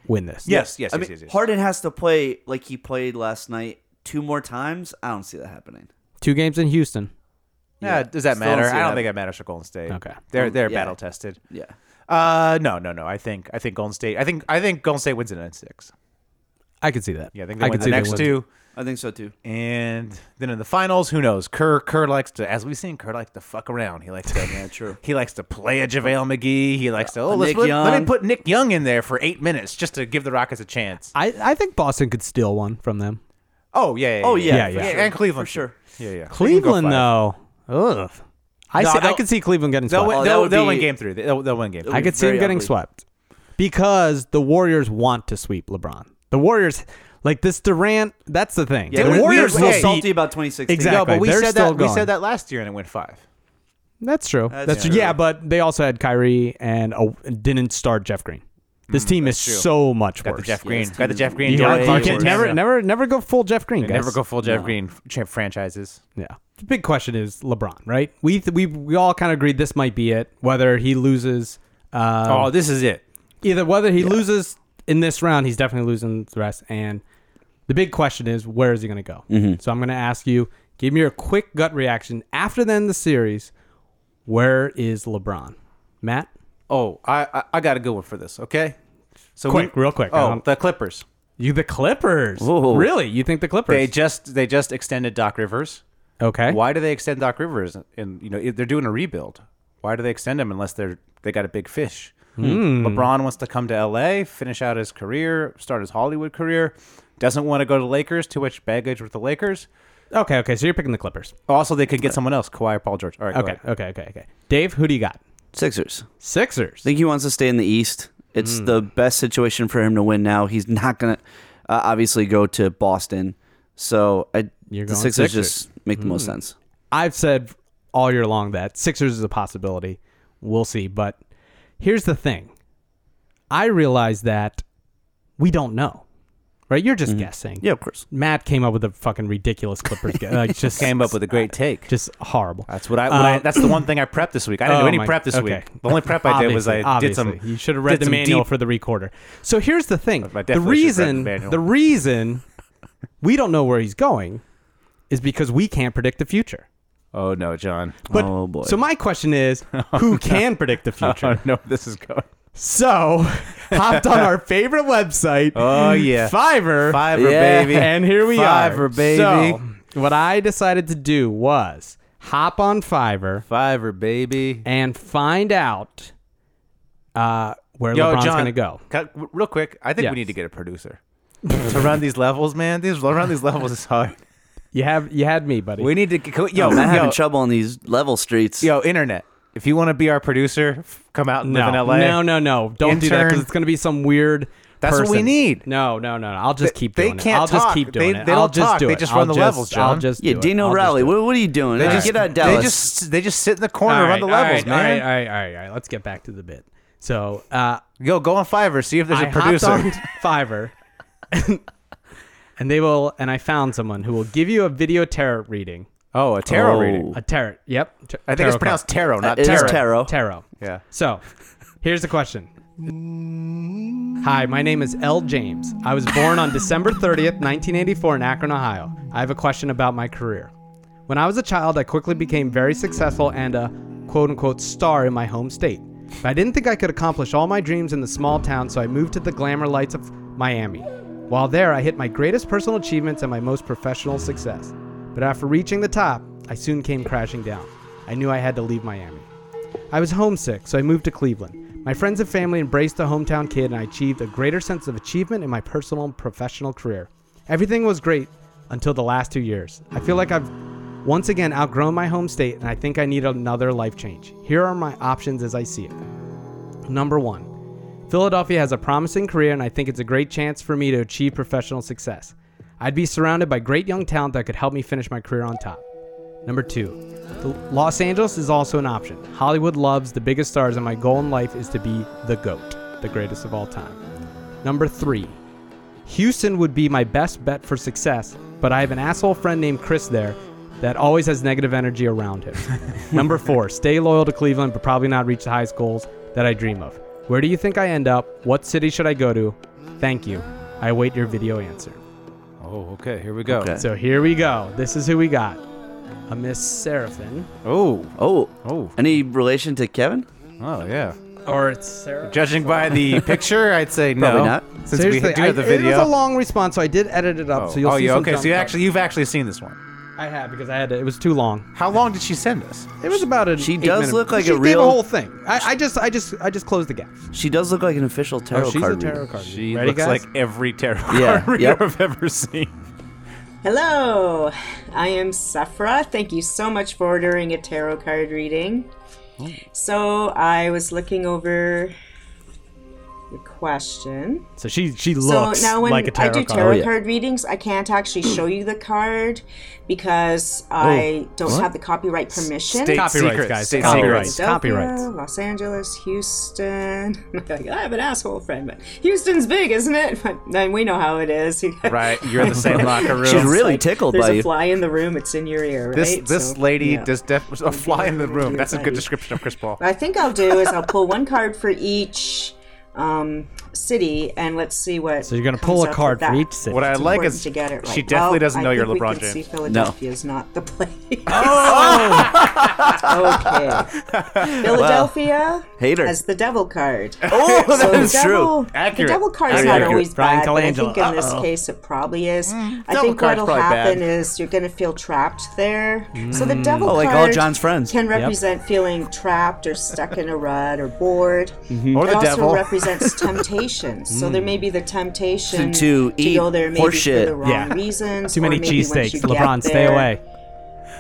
win this?
Mm. yes, yes,
I
yes,
mean,
yes, yes.
Harden has to play like he played last night two more times. I don't see that happening.
Two games in Houston.
Yeah, does that
Still don't
matter?
see
I don't
that.
think it matters for Golden State.
Okay.
they're they're
yeah.
battle tested.
Yeah.
Uh, no, no, no. I think I think Golden State. I think I think Golden State wins it in six.
I could see that.
Yeah, I think they win
could
the
they
next
win.
two,
I think so too.
and then in the finals, who knows? Kerr Kerr likes to, as we've seen, Kerr likes to fuck around. He likes to, yeah,
true.
He likes to play a JaVale McGee. He likes to, oh, let's
Nick
put, let
Young.
me put Nick Young in there for eight minutes just to give the Rockets a chance.
I, I think Boston could steal one from them.
Oh yeah, yeah,
Oh yeah,
Yeah,
for
yeah.
sure.
and Cleveland
for sure.
Yeah, yeah.
Cleveland though, ugh. I
No,
see, I
they'll-
could see Cleveland getting
They'll,
swept.
win,
Oh, that
they'll,
would
they'll
be-
win game three. They'll, they'll win game three.
I could see
very
him getting
ugly.
swept because the Warriors want to sweep LeBron. The Warriors, like this Durant, that's the thing.
Yeah,
the
we- we
Warriors
were
will
so salty
beat-
about 2016.
Exactly.
No, but we
They're
said
still
that we
going.
said that last year and it went five.
That's true. That's,
That's
true.
true.
Yeah, but they also had Kyrie and oh, didn't start Jeff Green. This team is so much
Mm, Got the
worse.
Jeff
Yeah,
Green.
this
Got the
team
Jeff
is
Green.
You
Yeah,
John
know, you
Clark
can
Clarkson.
never, never, never go full Jeff Green.
They
guys.
never go full Jeff Green cha- franchises.
Yeah. The big question is LeBron, right? We th- we we all kind of agreed this might be it. Whether he loses, um,
Oh, this is it.
either whether he loses in this round, he's definitely losing the rest. And the big question is, where is he going to go?
Mm-hmm.
So I'm going to ask you, give me your quick gut reaction after then the series. Where is LeBron, Matt?
Oh, I I, I got a good one for this. Okay, so
Quick, real quick. um, I
Oh,
don't-
the Clippers.
You the Clippers?
Ooh.
Really? You think the Clippers?
They just they just extended Doc Rivers.
okay.
Why do they extend Doc Rivers? And you know if they're doing a rebuild. Why do they extend him unless they're they got a big fish?
Hmm.
LeBron wants to come to L.A., finish out his career, start his Hollywood career. Doesn't want to go to Lakers. Too much baggage with the Lakers.
Okay. Okay. So you're picking the Clippers.
Also, they could get someone else, Kawhi or Paul George. All right, go
Okay.
ahead.
Okay. Okay. Okay. Dave, who do you got?
Sixers.
Sixers.
I think he wants to stay in the East. It's the best situation for him to win now. He's not gonna uh, obviously go to Boston. So I
You're
the
going
Sixers,
Sixers.
just make the most sense.
I've said all year long that Sixers is a possibility. We'll see. But here's the thing I realize that we don't know, right? You're
Mm-hmm.
just guessing.
Yeah, of course.
Matt came up with a fucking ridiculous Clippers. guess. like, just
Came up with a great take.
Just horrible.
That's what I, what I.
Um,
That's the one thing I prepped this week. I didn't
Oh
do any
my-
prep this
okay.
week. The only prep I did was I
Obviously,
did some.
obviously. You should have read
did
the
some
manual
deep-
for the recorder. So here's the thing:
I
the
definitely should have read the
reason, the,
manual.
reason we don't know where he's going, is because we can't predict the future.
Oh no, John.
But
Oh, boy.
so my question is, who can predict the
Oh
future?
no, this is going.
So hopped on our favorite website.
Oh, yeah.
Fiverr.
Fiverr,
Yeah.
baby.
And here we are.
Fiverr, baby.
So what I decided to do was hop on Fiverr
Fiverr, baby.
and find out uh, where LeBron's going to go.
Can, real quick, I think
Yes.
we need to get a producer to run these levels, man. These run these levels is hard.
You have you had me, buddy.
We need to. Can we, yo,
I'm not
yo,
having trouble on these level streets.
yo, internet. If you want to be our producer, f- come out and
no,
live in LA.
no, no, no! Don't do that
Intern.
because it's going to be some weird.
That's what we
person.
need.
No, no, no! no. I'll just
They-
keep
they
doing it.
can't
I'll just
talk.
keep doing
They-
it.
they
I'll
don't
just
talk.
do
They
it.
just
I'll
run the levels,
I'll
John.
just
yeah,
do it.
Dino
I'll just
Rowley.
do it.
What, what are you doing?
They
All
just
right, get out of Dallas.
They just they just sit in the corner and run the
All right,
levels,
all right,
man.
All right, all right, all right, all right. Let's get back to the bit. So uh,
Yo, go on Fiverr, see if there's
I
a producer.
hopped on Fiverr, and, and they will, and I found someone who will give you a video tarot reading.
Oh, a tarot
Oh.
reading.
A tarot. Yep. T-
I think
tarot
it's
card.
pronounced tarot, not
It is
tarot.
tarot.
Tarot.
Yeah.
So, here's the question. Hi, my name is L. James. I was born on December 30th, 1984, in Akron, Ohio. I have a question about my career. When I was a child, I quickly became very successful and a quote unquote star in my home state. But I didn't think I could accomplish all my dreams in the small town, so I moved to the glamour lights of Miami. While there, I hit my greatest personal achievements and my most professional success. But after reaching the top, I soon came crashing down. I knew I had to leave Miami. I was homesick, so I moved to Cleveland. My friends and family embraced the hometown kid, and I achieved a greater sense of achievement in my personal and professional career. Everything was great until the last two years. I feel like I've once again outgrown my home state, and I think I need another life change. Here are my options as I see it. Number one, Philadelphia has a promising career, and I think it's a great chance for me to achieve professional success. I'd be surrounded by great young talent that could help me finish my career on top. Number two, the- Los Angeles is also an option. Hollywood loves the biggest stars, and my goal in life is to be the GOAT, the greatest of all time. Number three, Houston would be my best bet for success, but I have an asshole friend named Chris there that always has negative energy around him. Number four, stay loyal to Cleveland, but probably not reach the highest goals that I dream of. Where do you think I end up? What city should I go to? Thank you. I await your video answer.
Oh, okay. Here we go.
Okay.
So here we go. This is who we got. A Miss Seraphin.
Oh,
Oh,
oh,
any relation to Kevin?
oh, yeah.
Or it's Sarah.
Judging by the picture, I'd say no.
Probably not.
Since we do have the video.
It was a long response, so I did edit it up.
oh,
So you'll
oh,
see
yeah.
some
Okay, so
jump
you
cuts.
actually you've actually seen this one.
I have because I had to, it was too long.
How long did she send us?
It was about a.
She does look like
she
a
did
real-
the whole thing. I, I just, I just, I just closed the gap.
She does look like an official tarot
oh, she's
card
a tarot
reader.
card. reader.
She
Ready,
looks
guys?
like every tarot
Yeah,
card reader
yep.
I've ever seen.
Hello, I am Safra. Thank you so much for ordering a tarot card reading. So I was looking over the question.
So she, she
So
looks
now when
like a
I
tarot
do
card.
tarot
yeah.
card readings, I can't actually show you the card because I don't have the copyright permission.
State
Copyrights,
secrets,
guys,
State
copyrights.
secrets.
Philadelphia,
Copyrights.
Los Angeles, Houston. Like, I have an asshole friend, but Houston's big, isn't it? But then we know how it is.
Right. You're in the same locker room.
She's
It's
really
like,
tickled
There's
by
a
you.
fly in the room. It's in your ear, right?
This this
So,
lady
yeah.
does def- a fly in the room. That's a good
Right.
description of Chris Paul.
What I think I'll do is I'll pull one card for each um, city, and let's see what.
So you're gonna pull a card for each
city.
city.
What I like is
to get it right.
she definitely
Well,
doesn't know
I
you're
think
LeBron
we can see
James.
Philadelphia is not the place.
Oh!
okay. Philadelphia
Hater.
has the devil card.
Oh,
So
that's
the
true.
devil,
Accurate.
The devil card's
Very
not
accurate.
always
Brian
bad, but I
Colangelo.
think in this
Uh-oh.
case it probably is. I
Mm. devil
think
card's
what'll
probably bad. Mm.
happen is you're going to feel trapped there. So the devil
Oh, like all
card
John's friends.
can represent feeling trapped or stuck in a rut or bored.
Mm-hmm.
Or
it
the
also
devil.
represents temptation. So there may be the temptation
To- to eat
go there maybe
horse shit.
for the wrong
Yeah.
reasons.
Too many
or maybe once
cheesesteaks.
you get
LeBron, stay
there,
away.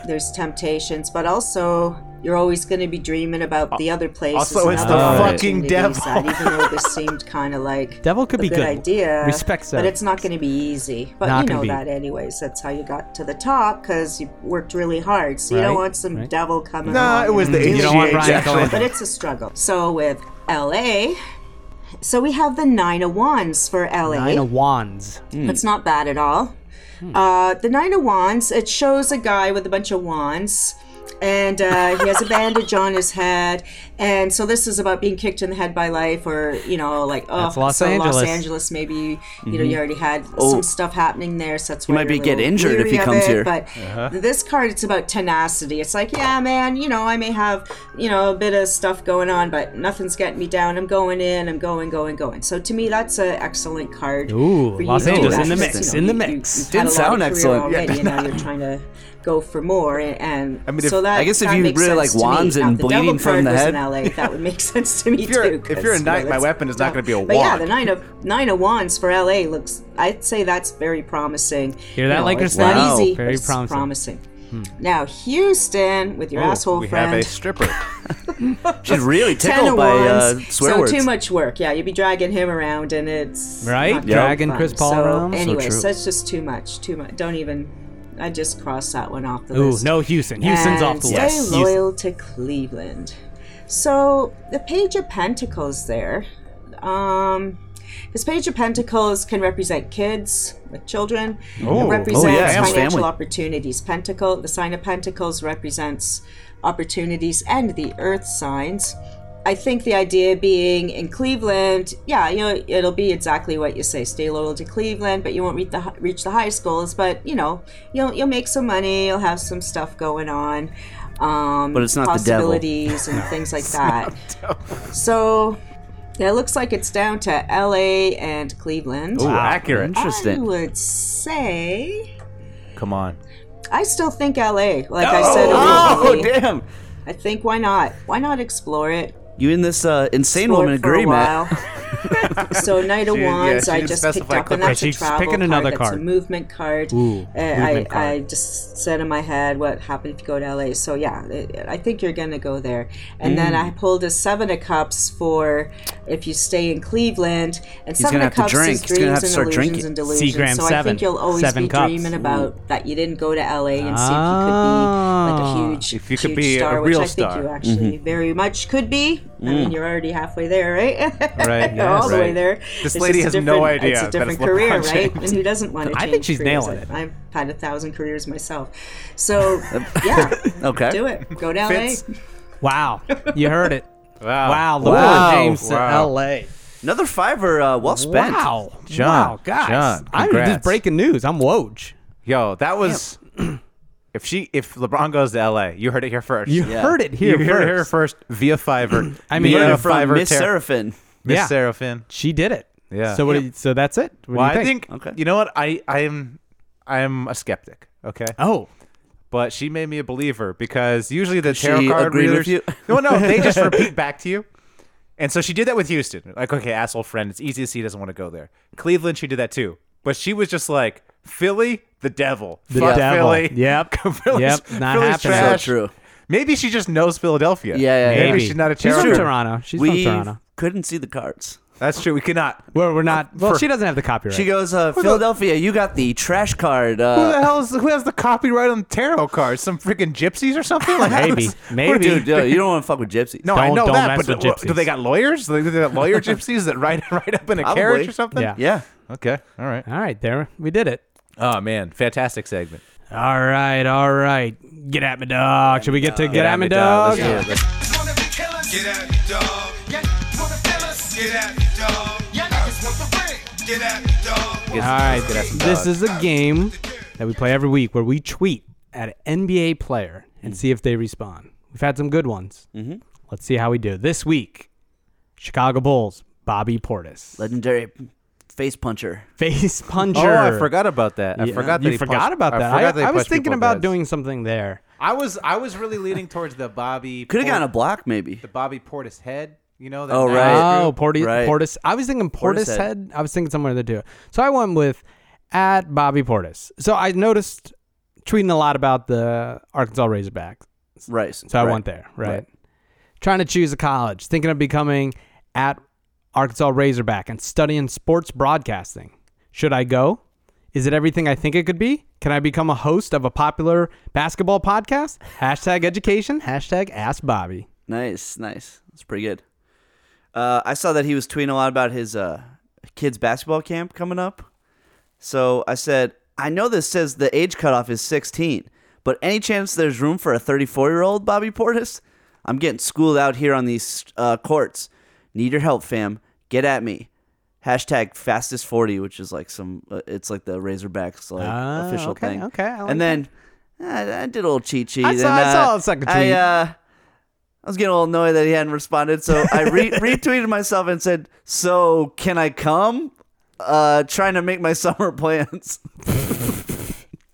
There's temptations, but also you're always going to be dreaming about the other places.
also,
and
it's
other
the
opportunities
fucking devil.
that even though this seemed kind of like
Devil could
a
be
good,
good.
idea.
Respect
but
Sarah.
it's not going to be easy. But
Not
you
gonna
know
be.
that anyways. That's how you got to the top because you worked really hard. So you don't
Right,
want some
right.
devil coming.
Nah,
along
it was
and
the
You don't want
HGH,
Brian
actually.
but
Colangelo.
it's a struggle. So with LA, so we have the nine of wands for LA.
Nine of Wands.
Mm.
It's not bad at all.
Hmm.
Uh, the nine of wands. It shows a guy with a bunch of wands. And uh, he has a bandage on his head, and so this is about being kicked in the head by life, or you know, like oh,
That's Los
so
Angeles.
Los Angeles, maybe you know you already had some stuff happening there, so that's why
Mm-hmm. Oh. might
you're
be
a
get
little
injured if
leery
he
of
comes
it,
here. Uh-huh.
But but this card, it's about tenacity. It's like, yeah, man, you know, I may have, you know, a bit of stuff going on, but nothing's getting me down. I'm going in, I'm going, going, going. So to me, that's an excellent card.
Ooh,
for you
Los
to do
Angeles
that,
in the
because,
mix,
you
in
know,
the
you- you-
mix.
you've had
Didn't
a lot of
sound
career
excellent.
Already, and now you're trying to go for more. And, and
I mean,
so
if-
that,
I guess if
that
you
makes
really
sense
like
to me.
wands and
Now, if the devil
bleeding from
card
the
was
head-
in LA, that would make sense to me
If you're-
too.
if you're a
'cause, you know,
knight, my
that's-
weapon is not gonna be a
But yeah,
wand.
the nine of nine of wands for LA looks. I'd say that's very promising.
Hear that,
No,
Lakers
it's not
fans?
easy.
Wow. Very
but it's
promising.
promising. Now, Houston, with your
Oh,
asshole
we
friend.
have a stripper.
She's really
Ten of
tickled by uh,
wands,
swear
so
words.
too much work. Yeah, you'd be dragging him around, and it's
Right?
not gonna be
Dragging
fun.
Chris Paul
so,
around? So
Anyway, so,
true.
it's just too much. Too much. Don't even. I just crossed that one off the
Ooh,
list.
no Houston. Houston's
and
off the
stay
list. Houston.
loyal to Cleveland. So the Page of Pentacles there. Um, this Page of Pentacles can represent kids with children.
Oh,
it represents
oh, yeah, and
financial
family.
opportunities. Pentacle, the sign of Pentacles represents opportunities and the Earth signs. I think the idea being in Cleveland, yeah, you know, it'll be exactly what you say. Stay loyal to Cleveland, but you won't reach the hi- reach the highest goals. But you know, you'll you'll make some money. You'll have some stuff going on. Um,
But it's not the devil.
possibilities and things like that. So, yeah, it looks like it's down to L.A. and Cleveland.
Ooh, accurate.
I
Oh, Interesting.
would say
Come on.
I still think L.A. Like I said,
Oh
originally.
damn!
I think why not? Why not explore it?
You and this uh, insane
Explored
woman
for
agree,
a
Matt.
while. so Knight of
She- yeah,
Wands,
she
I
didn't
just picked
specify
up, and
clipboard.
that's a
She's
travel
picking another
card. That's
card.
a movement card.
Ooh,
Uh,
movement
I, I
card.
just said in my head what happened if you go to LA. So yeah, I- I think you're gonna go there. And then
Mm.
I pulled a Seven of Cups for if you stay in Cleveland. And Seven
gonna
of
have
Cups
to drink.
is
He's gonna
dreams
have to
and
start
illusions
drinking.
and delusions.
Seagram
so I
seven.
think you'll always
Seven
be
cups.
dreaming about that you didn't go to LA and see if you could be like a
Ah.
huge,
If you could
huge
be a
star,
real
which I
star.
think you actually very much could be. I mean, you're already halfway there, right?
Right,
You're all the
yes.
way there.
This
It's
lady has
just a
no
different-
idea
It's
that
a
it's
different
LeBron
career,
James.
right? And who doesn't want to?
I think
change
she's
careers?
nailing it.
I- I've had a thousand careers myself, so yeah.
Okay.
Do it. Go to LA.
Fits.
Wow. You heard it. Wow.
Wow.
LeBron
Wow.
James to
Wow.
L.A.
Another fiver, uh, well spent.
Wow.
John,
Wow, guys.
John,
I'm just
congrats.
breaking news. I'm Woj.
Yo, that was. if she, if LeBron goes to LA, you heard it here first.
You
Yeah.
heard it
You
here
heard
first.
it here first via Fiverr.
I mean,
via
Yeah,
From
Fiverr
Miss
ter-
Seraphin.
Miss
Yeah.
Seraphin.
She did it.
Yeah.
So what? do you- so that's it. What do
Well,
you
I think
Okay.
you know what I I am I am a skeptic. Okay,
Oh,
but she made me a believer because usually the
She
tarot card
agreed
readers.
with you?
no, no, they just repeat back to you. And so she did that with Houston. Like, okay, asshole friend, it's easy to see he doesn't want to go there. Cleveland, she did that too, but she was just like Philly, the devil,
The
Fuck
devil.
Philly.
Yep.
Philly's,
Yep, not
Philly's
happening. So
So
trash.
true.
Maybe she just knows Philadelphia.
Yeah, yeah,
Maybe,
yeah.
she's not a
She's
tarot.
from
reader.
Toronto. She's from
we
Toronto.
couldn't see the cards.
That's true. We cannot.
Well, we're not. Well,
for-
she doesn't have the copyright.
She goes, uh, Philadelphia, you got the trash card. Uh,
Who the hell is who has the copyright on tarot cards? Some freaking gypsies or something? Like
Maybe. Maybe.
Dude, yo, you don't want to fuck with gypsies.
No, I
Don't-
know
don't
that,
mess
but
with
do- what-
gypsies.
do they got lawyers? Do they got lawyer gypsies that ride ride up in a
Probably.
carriage or something?
Yeah.
Yeah.
Okay. All right.
All right, there we did it.
Oh man, fantastic segment.
All right, all right. Get at me, dog. Should we get to get, at me, dog?
Let's do it. Let's-
Get at me, dog. Get at me, dog. Get at me, dog.
All
All right,
Get at some
this
dog.
is a game that we play every week where we tweet at an NBA player and see if they respond. We've had some good ones. Hmm. Mm-hmm. Let's see how we do this week. Chicago Bulls, Bobby Portis,
Legendary face puncher.
face puncher.
Oh, I forgot about that. I
Yeah.
forgot that
you
he
forgot
punched-
about
I
that. I,
forgot that he
I was
punched
thinking
people
about
in the heads.
doing something there.
I was I was really leaning towards the Bobby.
Could have
Port-
gotten a block, maybe.
the Bobby Portis head. You know that.
Oh,
nice
right.
screw.
Oh, Porti-
Right.
Portis. I was thinking Portis,
Portishead.
head. I was thinking somewhere in the two. So I went with at Bobby Portis. So I noticed tweeting a lot about the Arkansas Razorbacks.
Right.
So I
right.
went there, right?
Right.
Trying to choose a college, thinking of becoming at Arkansas Razorback and studying sports broadcasting. Should I go? Is it everything I think it could be? Can I become a host of a popular basketball podcast? Hashtag education, hashtag ask Bobby.
Nice, nice. That's pretty good. Uh, I saw that he was tweeting a lot about his uh, kids' basketball camp coming up. So I said, I know this says the age cutoff is 16, but any chance there's room for a 34 year old Bobby Portis? I'm getting schooled out here on these uh, courts. Need your help, fam. Get at me. Hashtag fastest 40, which is like some, uh, it's like the Razorbacks like
Ah,
official
okay,
thing.
okay, I like
and then Eh, I, I did a little cheat sheet.
I saw-
and,
I saw
uh,
a second
I,
tweet.
uh, I was getting a little annoyed that he hadn't responded, so I re- retweeted myself and said, "So can I come?" Uh, trying to make my summer plans.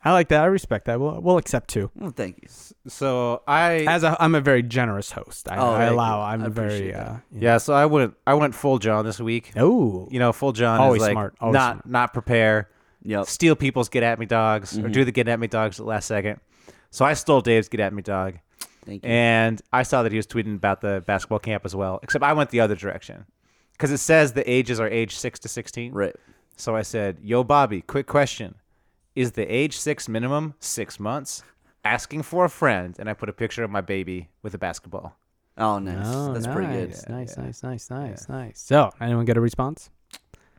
I like that. I respect that. We'll, we'll accept too.
well, thank you.
So I
As a, I'm a very generous host. I,
Oh,
I
thank
allow.
you.
I'm
I
very.
appreciate
Uh,
yeah. So I went I went full John this week.
oh,
You know, full John
Always
is like
smart, always
not
smart.
not prepare.
Yep.
steal people's get at me dogs
Mm-hmm.
or do the get at me dogs at the last second. So I stole Dave's get at me dog.
Thank you.
And I saw that he was tweeting about the basketball camp as well, except I went the other direction because it says the ages are age 6 to 16.
Right.
So I said, Yo, Bobby, quick question. Is the age 6 minimum six months? Asking for a friend. And I put a picture of my baby with a basketball.
Oh, nice.
Oh,
That's
nice,
pretty good.
Nice, nice, nice, nice, nice. So, anyone get a response?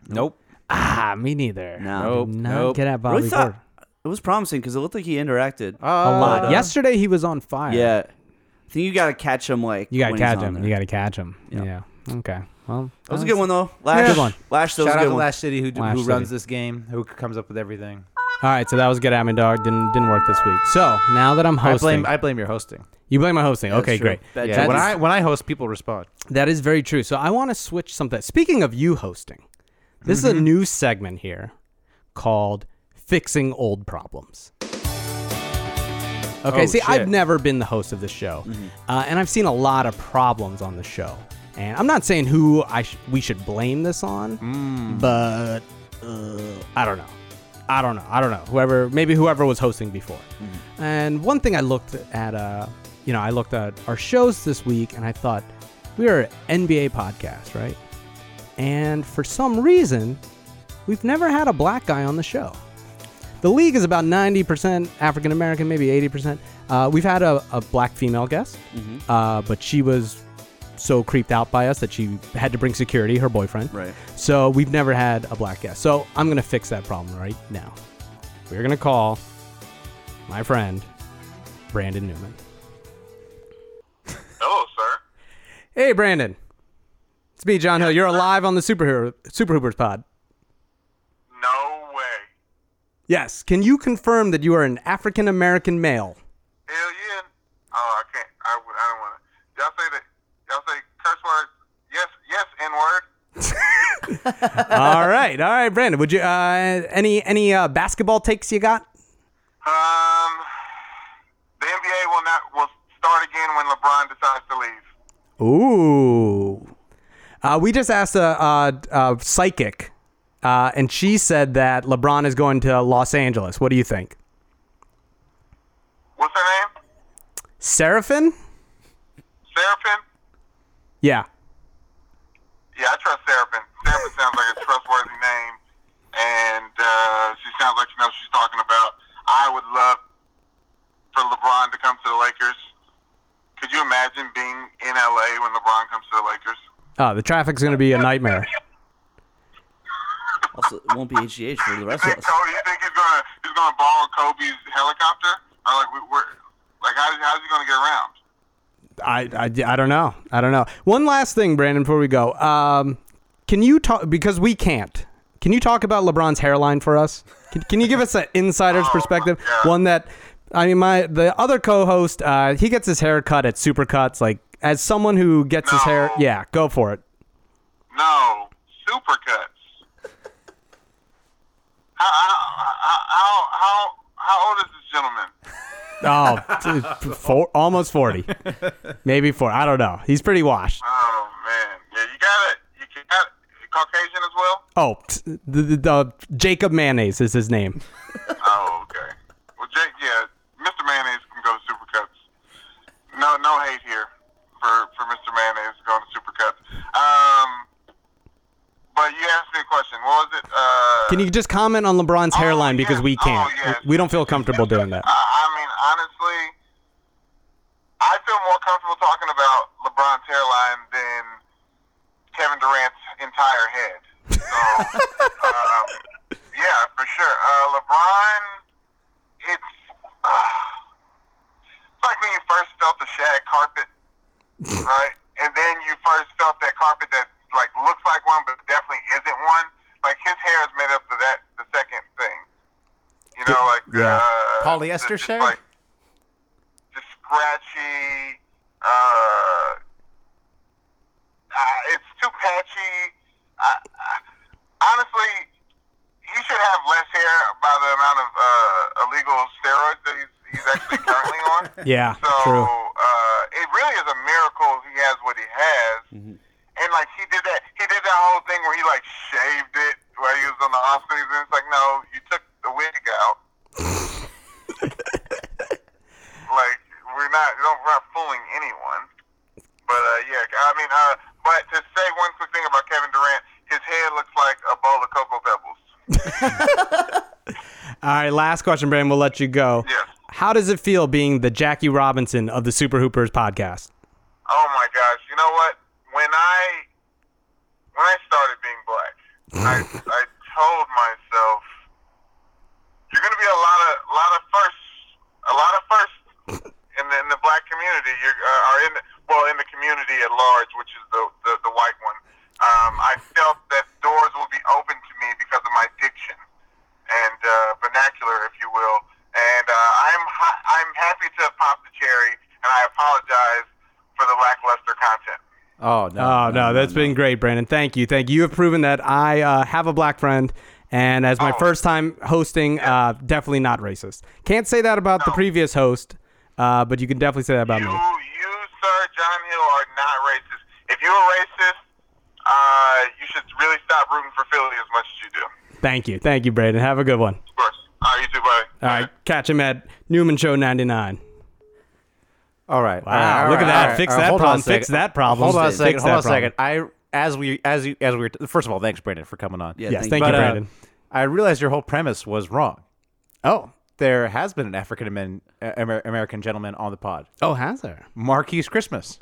Nope.
Ah, me neither.
No.
I did
Nope,
not
nope.
get at Bobby
Really thought
Ford.
it was promising because it looked like he interacted
Oh.
a lot. Yesterday he was on fire.
Uh, Yeah. I think you gotta catch him. Like
you gotta
when he's
catch
on
him.
there.
You gotta catch him.
Yeah.
Yeah. Okay. Well, uh,
That was a good one though. Lash.
Good one.
Lash. That was
Shout
a
out
good
to
one.
Lash City who,
Lash
who runs
City.
this game, who comes up with everything.
All right. So that was good. at me, dog. Didn't didn't work this week. So now that I'm
I
hosting,
blame, I blame your hosting.
you blame my hosting. Okay,
true.
great.
Bad
Yeah,
That
when
is-
I when I host, people respond.
That is very true. So I want to switch something. Speaking of you hosting, this is a
Mm-hmm.
new segment here called Fixing Old Problems. Okay,
Oh,
see,
shit. Mm-hmm.
I've never been the host of this show, uh, and I've seen a lot of problems on the show. And I'm not saying who I sh- we should blame this on,
Mm.
but uh, I don't know. I don't know. I don't know. Whoever, maybe whoever was hosting before. And one thing I looked at, uh, you know, I looked at our shows this week, and I thought we are an NBA podcast, right? And for some reason, we've never had a black guy on the show. The league is about 90% African American, maybe 80%. Uh, we've had a, a black female guest, uh, but she was so creeped out by us that she had to bring security, her boyfriend.
Right.
So we've never had a black guest. So I'm going to fix that problem right now. We're going to call my friend, Brandon Newman.
Hello, sir.
Hey, Brandon. It's me, John Hill. You're alive on the Superhero, Super Hoopers pod.
No way.
Yes. Can you confirm that you are an African American male?
Hell yeah. Oh, I can't. I, would- I don't want to. Y'all say that. Y'all say curse words. Yes, yes, N word.
all right, all right, Brandon. Would you uh, any any uh, basketball takes you got?
Um, the NBA will not will start again when LeBron decides to leave.
Ooh, uh, we just asked a, a, a psychic, uh, and she said that LeBron is going to Los Angeles. What do you think,
What's her name?
Seraphin?
Seraphim.
Yeah.
Yeah, I trust Seraphim. Seraphim sounds like a trustworthy name, and uh, she sounds like she knows what she's talking about. I would love for LeBron to come to the Lakers. Could you imagine being in LA when LeBron comes to the Lakers?
Oh, the traffic's going to be a nightmare.
Also, it won't be HGH for the rest
think
of us.
Kobe, Oh, you think he's gonna he's gonna borrow Kobe's helicopter? Or like we, we're like how how's he gonna get around?
I, I, I don't know. I don't know. One last thing, Brandon, before we go. Um, can you talk because we can't? Can you talk about LeBron's hairline for us? Can, can you give us an insider's perspective? One that I mean, my the other co-host, uh, he gets his hair cut at Supercuts. Like as someone who gets his hair,
No.
yeah, go for it.
No, supercuts. How how how how how old is this gentleman?
Oh, t- four, almost forty, maybe four. I don't know. He's pretty washed.
Oh man, yeah, you got it. You got it. Caucasian as well.
Oh, t- the, the, the Jacob Mayonnaise is his name.
Oh okay. Well, Jake, yeah, Mr. Mayonnaise can go to supercuts. No no hate here for for Mr. Mayonnaise going to supercuts. Um. But you asked me a question. What was it? Uh,
Can you just comment on LeBron's hairline
yeah.
because we
Oh,
can't.
yes.
We don't feel comfortable doing that.
I, I mean, honestly, I feel more comfortable talking about LeBron's hairline than Kevin Durant's entire head. So, um, yeah, for sure. Uh, LeBron, it's, uh, it's like when you first felt the shag carpet, right? And then you first felt that carpet that like looks like one but definitely isn't one. Like his hair is made up of that the second thing. You know, like
Yeah.
uh,
Polyester
just,
shag?
like, just scratchy. Uh, uh, it's too patchy. I, I, honestly, he should have less hair by the amount of uh, illegal steroids that he's, he's actually currently on.
Yeah,
So
true.
Uh, it really is a miracle he has what he has.
Mm-hmm.
And like he did that, he did that whole thing where he like shaved it while he was on the off season. It's like no, you took the wig out. like we're not, don't, we're not fooling anyone. But uh, yeah, I mean, uh, but to say one quick thing about Kevin Durant, his head looks like a bowl of cocoa pebbles.
All right, last question, Brandon. We'll let you go.
Yes.
How does it feel being the Jackie Robinson of the Super Hoopers podcast?
Oh my gosh! You know what? When I when I started being black, I I told myself you're gonna be a lot of lot of firsts, a lot of firsts in the in the black community. You're uh, are in the, well in the community at large, which is the the, the white one. Um, I felt that doors will be open to me because of my diction and uh, vernacular, if you will. And uh, I'm ha- I'm happy to pop the cherry, and I apologize for the lackluster content.
Oh no.
Oh, no, that's been great, Brandon. Thank you. Thank you. You have proven that I uh, have a black friend, and as my
Oh.
first time hosting, uh, definitely not racist. Can't say that about the previous host, Uh, but you can definitely say that about
you,
me.
you, sir, John Hill, are not racist. If you're a racist, uh, you should really stop rooting for Philly as much as you do. Of
Thank you. Thank you, Braden. Have a good one.
course. All right, you too, buddy.
All right. Catch him at Newman Show 99.
All right.
Wow,
all right, all
look at
right,
that.
all right,
Fix
all right,
that
hold on
problem.
a second.
Fix that problem.
Hold on a
Fix
second. Hold
that
on a second. I as we as you as we were t- first of all, thanks Brandon for coming on.
Yeah,
Yes. Thank
thank
you,
uh,
Brandon.
I realized your whole premise was wrong.
Oh.
There has been an African Amer- Amer- American gentleman on the pod,
Oh, has there?
Marquise Christmas.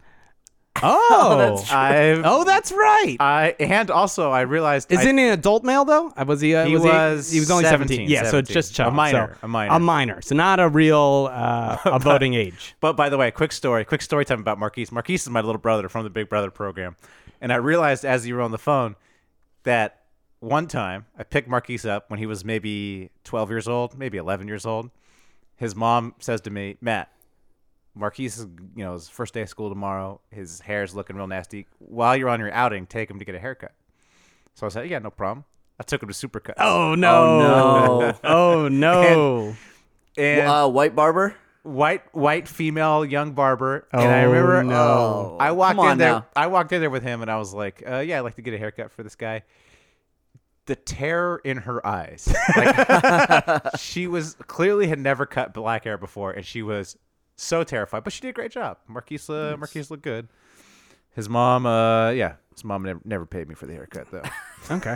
Oh.
that's
I
oh, that's right.
I and also I realized
Is
I,
it an adult male though? Uh, Was he? Uh,
He
was,
was
He, he was only seventeen.
17,
yeah, so
17.
just child.
A minor,
so-
a minor.
A minor. So not a real uh, a voting age.
But by the way, quick story, quick story time about Marquise. Marquise is my little brother from the Big Brother program. And I realized as you were on the phone that one time I picked Marquise up when he was maybe 12 years old, maybe 11 years old. His mom says to me, Matt, Marquise is, you know, his first day of school tomorrow. His hair's looking real nasty. While you're on your outing, take him to get a haircut. So I said, yeah, no problem. I took him to Supercuts.
Oh no! Oh no!
and
Uh, white barber.
white white female young barber and i remember
no.
oh, i walked
Come on
in there
now.
i walked in there with him and i was like uh, yeah i'd like to get a haircut for this guy the terror in her eyes like, she was clearly had never cut black hair before and she was so terrified but she did a great job marquise uh, marquise looked good his mom uh yeah his mom never, never paid me for the haircut though
okay.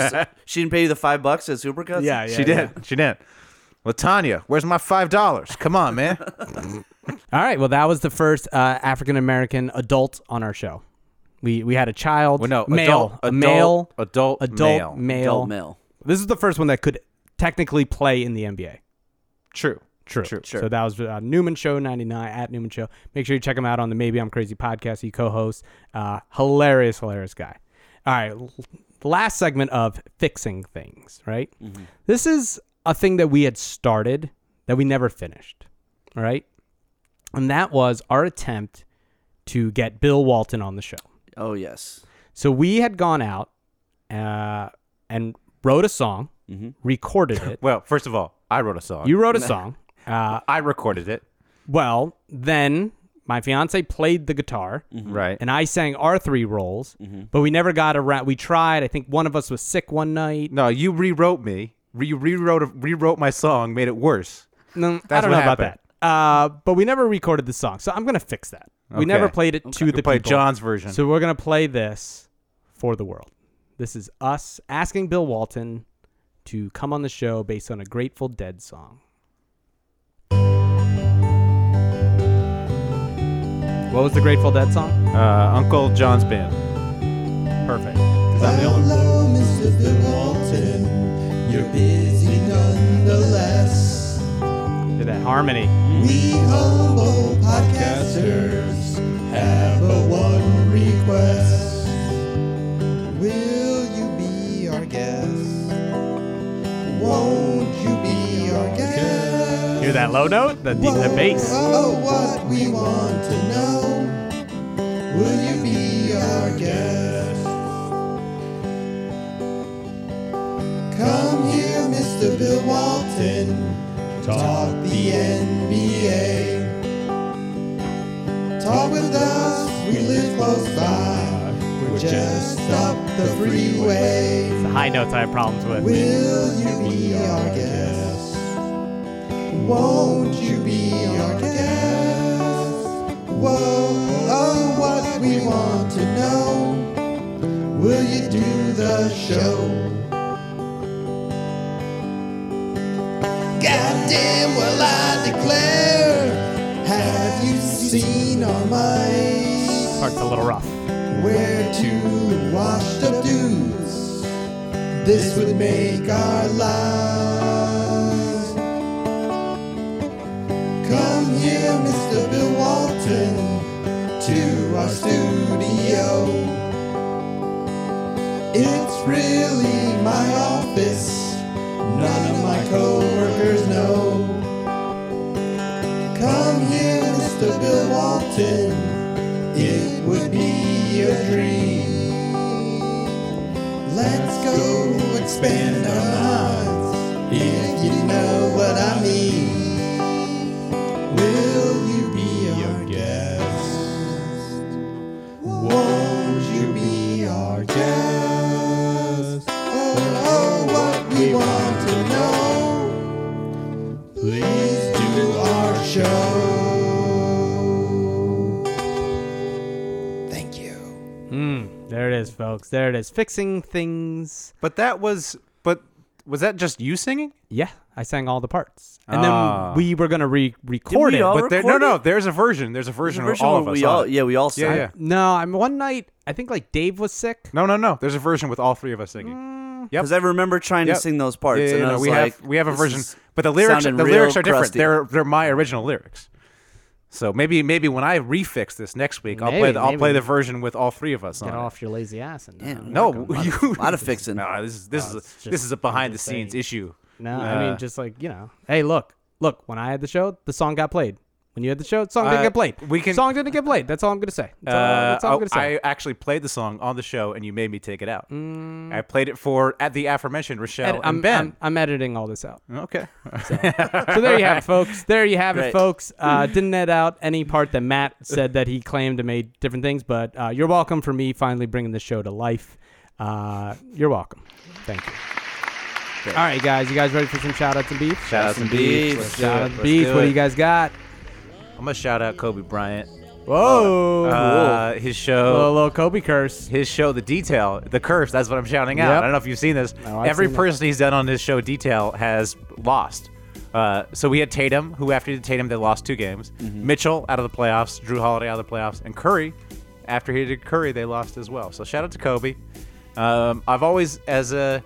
s- she didn't pay you the five bucks at Supercuts.
Yeah, yeah.
she did she did latanya where's my five dollars come on man
All right. Well, that was the first uh, African American adult on our show. We we had a child.
well no
male,
adult,
a male,
adult adult male.
adult male.
Adult male.
This is the first one that could technically play in the NBA.
True.
True.
True.
So that was uh, Newman Show 99 at Newman Show. Make sure you check him out on the Maybe I'm Crazy podcast. He co hosts. Uh, hilarious, hilarious guy. All right. l- Last segment of fixing things, right?
Mm-hmm.
This is a thing that we had started that we never finished, all right? And that was our attempt to get Bill Walton on the show.
Oh yes.
So we had gone out uh, and wrote a song,
Mm-hmm.
recorded it.
Well, first of all, I wrote a song.
you wrote a song. Uh,
I recorded it.
Well, then my fiance played the guitar
Right.
and I sang our three rolls,
Mm-hmm.
but we never got around. We tried. I think one of us was sick one night.
no, you rewrote me. You rewrote rewrote my song, made it worse.
No, I
That's
don't know
what
about
happened.
that. Uh, but we never recorded the song, so I'm gonna fix that. We
Okay.
never played it to the
You played
people.
John's version.
So we're gonna play this for the world. This is us asking Bill Walton to come on the show based on a Grateful Dead song. What was the Grateful Dead song?
uh, Uncle John's band.
Perfect. 'Cause I'm the only- Look at that harmony. Hear that low note? The, the, the bass. It's the high notes I have problems with. uh, Part's a little rough.
Will
to know, please do our show. Thank you.
There it is, folks. There it is. Fixing things.
But that was, but was that just you singing?
Yeah, I sang all the parts, and
Ah.
then we were gonna re record
we
it.
all
but
re-
There, no,
Recorded?
no. There's a version. There's a version of
Original,
all of us.
we
on
all,
it.
yeah, we all
yeah,
sang.
yeah.
no, I'm one night. I think like Dave was sick.
No, no, no. There's a version with all three of us singing. Yep.
Because I remember trying
Yep.
to sing those parts,
Yeah, yeah,
and I
no,
was
we
like,
have we have a
this
version,
is
but the lyrics
sounding
the
real
lyrics are different.
crusty.
They're they're my original lyrics. So maybe maybe when I refix this next week, I'll play
Maybe,
the, I'll play
maybe.
the version with all three of us on.
Get
it.
off your lazy ass and uh,
Damn.
No, you
a lot of fixing.
No, this is this is a,
it's
this
just-
is a behind the
just
scenes
saying.
issue.
No, I
Uh,
mean just like you know. Hey, look, look. When I had the show, the song got played. When you had the show, the song
Uh,
didn't get played.
we can-
song didn't get played. That's all I'm gonna say. That's, all,
Uh,
that's all I'm
oh,
gonna say.
I actually played the song on the show, and you made me take it out. I played it for at the aforementioned Rochelle
Ed- Mm. I'm,
oh, and Ben.
I'm I'm editing all this out.
okay,
So there you have it, folks. There you have
Great.
it, folks. Uh, didn't edit out any part that Matt said that he claimed to made different things, but uh, you're welcome for me finally bringing the show to life. Uh, you're welcome. Thank you. All right, guys. You guys ready for some shout outs and beefs?
shout out to Beef.
Beefs.
Let's do
Shout
it.
out
Let's
and beefs.
do
What do
it.
you guys got?
I'm gonna shout out Kobe Bryant.
Whoa.
Uh, his show.
little, little Kobe curse.
his show, The Detail, The Curse. That's what I'm shouting out.
Yep.
I don't know if you've seen this.
No, I've
Every
seen it.
person he's done on his show, Detail, has lost. Uh, so we had Tatum, who after Tatum, they lost two games.
Mm-hmm.
Mitchell out of the playoffs, Drew Holiday out of the playoffs, and Curry. After he did Curry, they lost as well. So shout out to Kobe. Um, I've always, as a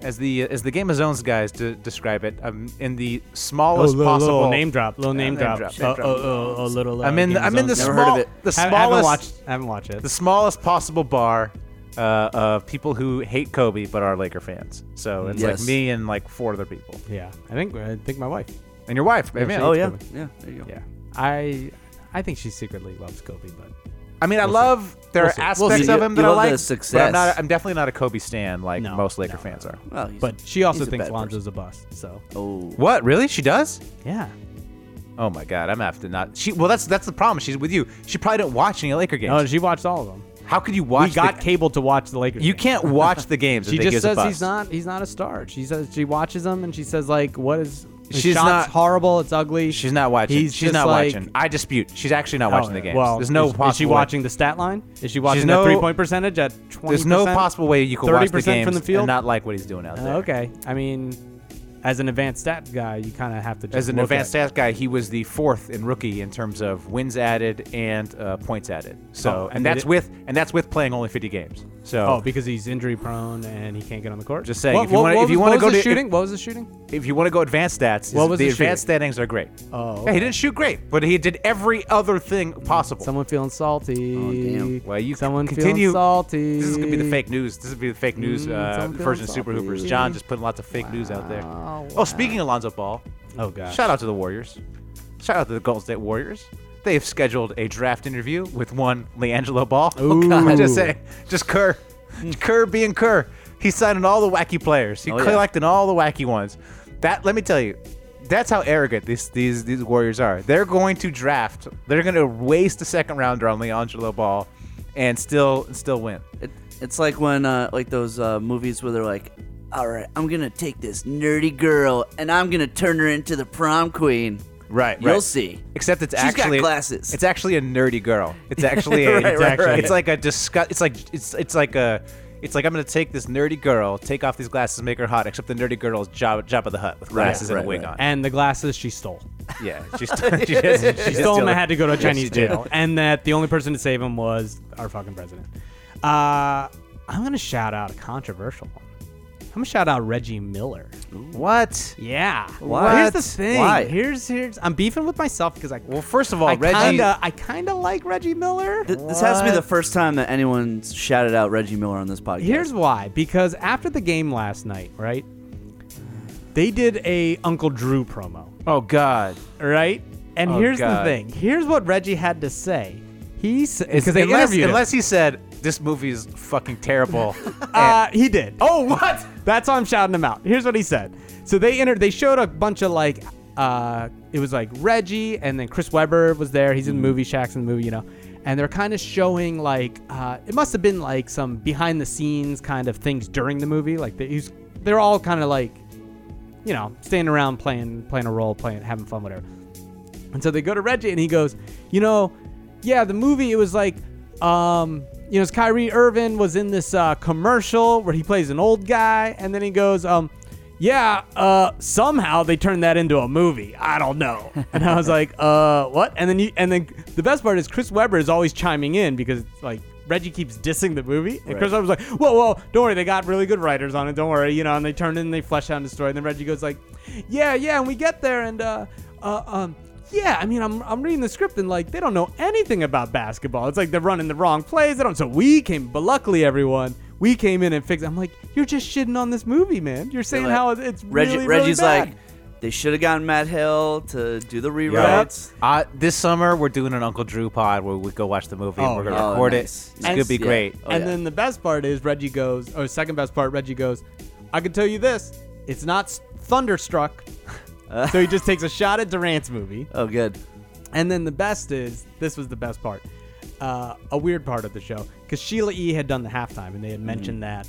as the as the Game of Zones guys to describe it, I'm in the smallest
Oh, little,
possible
little name drop. Little name,
name
drop.
drop, name
Oh,
drop.
oh, oh, oh, little. Uh,
I'm in.
Game
I'm in the
Zones.
Never
small.
heard of it.
The
I haven't- I haven't
smallest.
watched. I haven't watched it.
the smallest possible bar uh, of people who hate Kobe but are Laker fans. So it's
Yes.
like me and like four other people,
yeah, I think. I think my wife.
and your wife. I mean,
Oh yeah, yeah. There you go.
Yeah, I. I think she secretly loves Kobe, but
I mean, I love there
We'll
are
see.
aspects
We'll see.
of
You-
him
you
that I
love the
like. But
success.
I'm, not, I'm definitely not a Kobe stan like
No,
most Laker
no,
fans are.
Well, he's-
but she also
he's a
thinks
bad person.
Lonzo's a bust. So
Oh,
What really? She does?
yeah,
Oh my god, I'm after not. She well, that's that's the problem. She's with you. She probably didn't watch any Laker games.
no, she watched all of them.
How could you
We
watch?
got
the,
cable to watch the Lakers.
You
game.
can't watch the games. and
She
think he
just
was a
says
bust.
he's not. He's not a star. She says she watches them and she says like, "What is?" his
She's
shot's
not-
horrible. It's ugly.
She's not watching.
He's
She's
just
not
like- Oh,
watching. I dispute. She's actually not watching the games.
Well,
There's no
is,
possible
is she
way.
watching the stat line? Is she watching
no-
the three point percentage at twenty?
There's no possible way you can watch the
30%
games
from the field? Uh,
and not like what he's doing out there.
okay, I mean, as an advanced stat guy, you kind of have to. Just
As an
look
advanced
at,
stats guy, he was the fourth in rookie in terms of wins added and uh, points added. So,
Oh,
and,
and they
that's
did-
with and that's with playing only 50 games. So,
Oh, because he's injury prone and he can't get on the court.
Just saying,
What,
if you
what-
wanna-
what
if you
was-
wanna
what
go
was the
to-
shooting, what was the shooting?
if you want to go advanced stats,
What was
the
the
advanced standings are great. yeah,
Oh,
he
okay.
didn't shoot great, but he did every other thing possible.
Someone feeling salty.
damn.
Oh, Well, you
someone
continue.
feeling salty.
This is gonna be the fake news. This would be the fake news uh,
someone feeling
version of Super
Mm, salty.
Hoopers. John just putting lots of fake news out there. Oh, speaking of Lonzo Ball,
Oh god.
Shout out to the Warriors. Shout out to the Golden State Warriors. They have scheduled a draft interview with one LeAngelo Ball.
Ooh.
God, just say, just Kerr, Kerr being Kerr. He's signing all the wacky players. He
Oh, yeah.
collecting all the wacky ones. That let me tell you, that's how arrogant these these these Warriors are. They're going to draft. They're going to waste a second rounder on LeAngelo Ball, and still still win.
it, it's like when uh, like those uh, movies where they're like, "All right, I'm gonna take this nerdy girl and I'm gonna turn her into the prom queen."
Right,
You'll
right.
see.
Except it's
She's got
actually
glasses.
It's actually a nerdy girl. It's actually a,
Right,
it's,
right,
actually
right.
it's like a disgust. It's like it's it's like a it's like I'm gonna take this nerdy girl, take off these glasses, make her hot. Except the nerdy girl's job job of the hut with glasses and
right,
a wig
right.
on.
And the glasses she stole.
yeah, she's she does, she
She
does
stole
steal
him
it.
and had to go to a
Yes, she
Chinese
did.
jail, and that the only person to save him was our fucking president. Uh, I'm gonna shout out a controversial one. I'm gonna shout out Reggie Miller.
What?
Yeah.
What?
Here's the thing.
Why?
Here's here's I'm beefing with myself because I
Well, first of all,
I
Reggie.
kinda I kinda like Reggie Miller.
Th- This has to be
What?
the first time that anyone's shouted out Reggie Miller on this podcast.
Here's why. Because after the game last night, right? They did a Uncle Drew promo.
Oh God.
right? And
Oh,
here's
God.
the thing. Here's what Reggie had to say. He because they
unless,
interviewed him.
unless he said this movie is fucking terrible.
uh, he did.
oh what?
That's why I'm shouting him out. Here's what he said. So they entered. They showed a bunch of like, uh, it was like Reggie and then Chris Webber was there. He's in the movie Shaq's in the movie, you know. And they're kind of showing like, uh, it must have been like some behind the scenes kind of things during the movie. Like they, he's, they're all kind of like you know, standing around playing playing a role, playing having fun, whatever. And so they go to Reggie and he goes, you know, yeah, the movie it was like, um, you know, it's Kyrie Irvin was in this uh, commercial where he plays an old guy, and then he goes, um, yeah, uh, somehow they turned that into a movie. I don't know. And I was like, uh, what? And then you, and then the best part is Chris Webber is always chiming in because it's like. Reggie keeps dissing the movie, and Chris Webber's like, "Whoa, whoa, don't worry, they got really good writers on it. Don't worry, you know." And they turn it and they flesh out the story. And then Reggie goes like, "Yeah, yeah." And we get there, and uh, uh, um, yeah, I mean, I'm, I'm reading the script and like they don't know anything about basketball. It's like they're running the wrong plays. They don't. So we came, but luckily everyone we came in and fixed. I'm like, you're just shitting on this movie, man. You're saying how it- it's
Reggie,
really, really
Reggie's
bad.
like, they should have gotten Matt Hill to do the
Yep.
rewrites.
Uh, this summer we're doing an Uncle Drew pod where we go watch the movie
Oh,
and we're gonna
yeah.
record
Oh,
it.
nice.
It's
Nice,
gonna be
yeah.
great.
Oh,
and
yeah.
then the best part is Reggie goes, or second best part, Reggie goes, I can tell you this, it's not s- thunderstruck.
Uh.
so he just takes a shot at Durant's movie.
Oh, good.
And then the best is this was the best part, uh, a weird part of the show because Sheila E. had done the halftime and they had
Mm-hmm.
mentioned that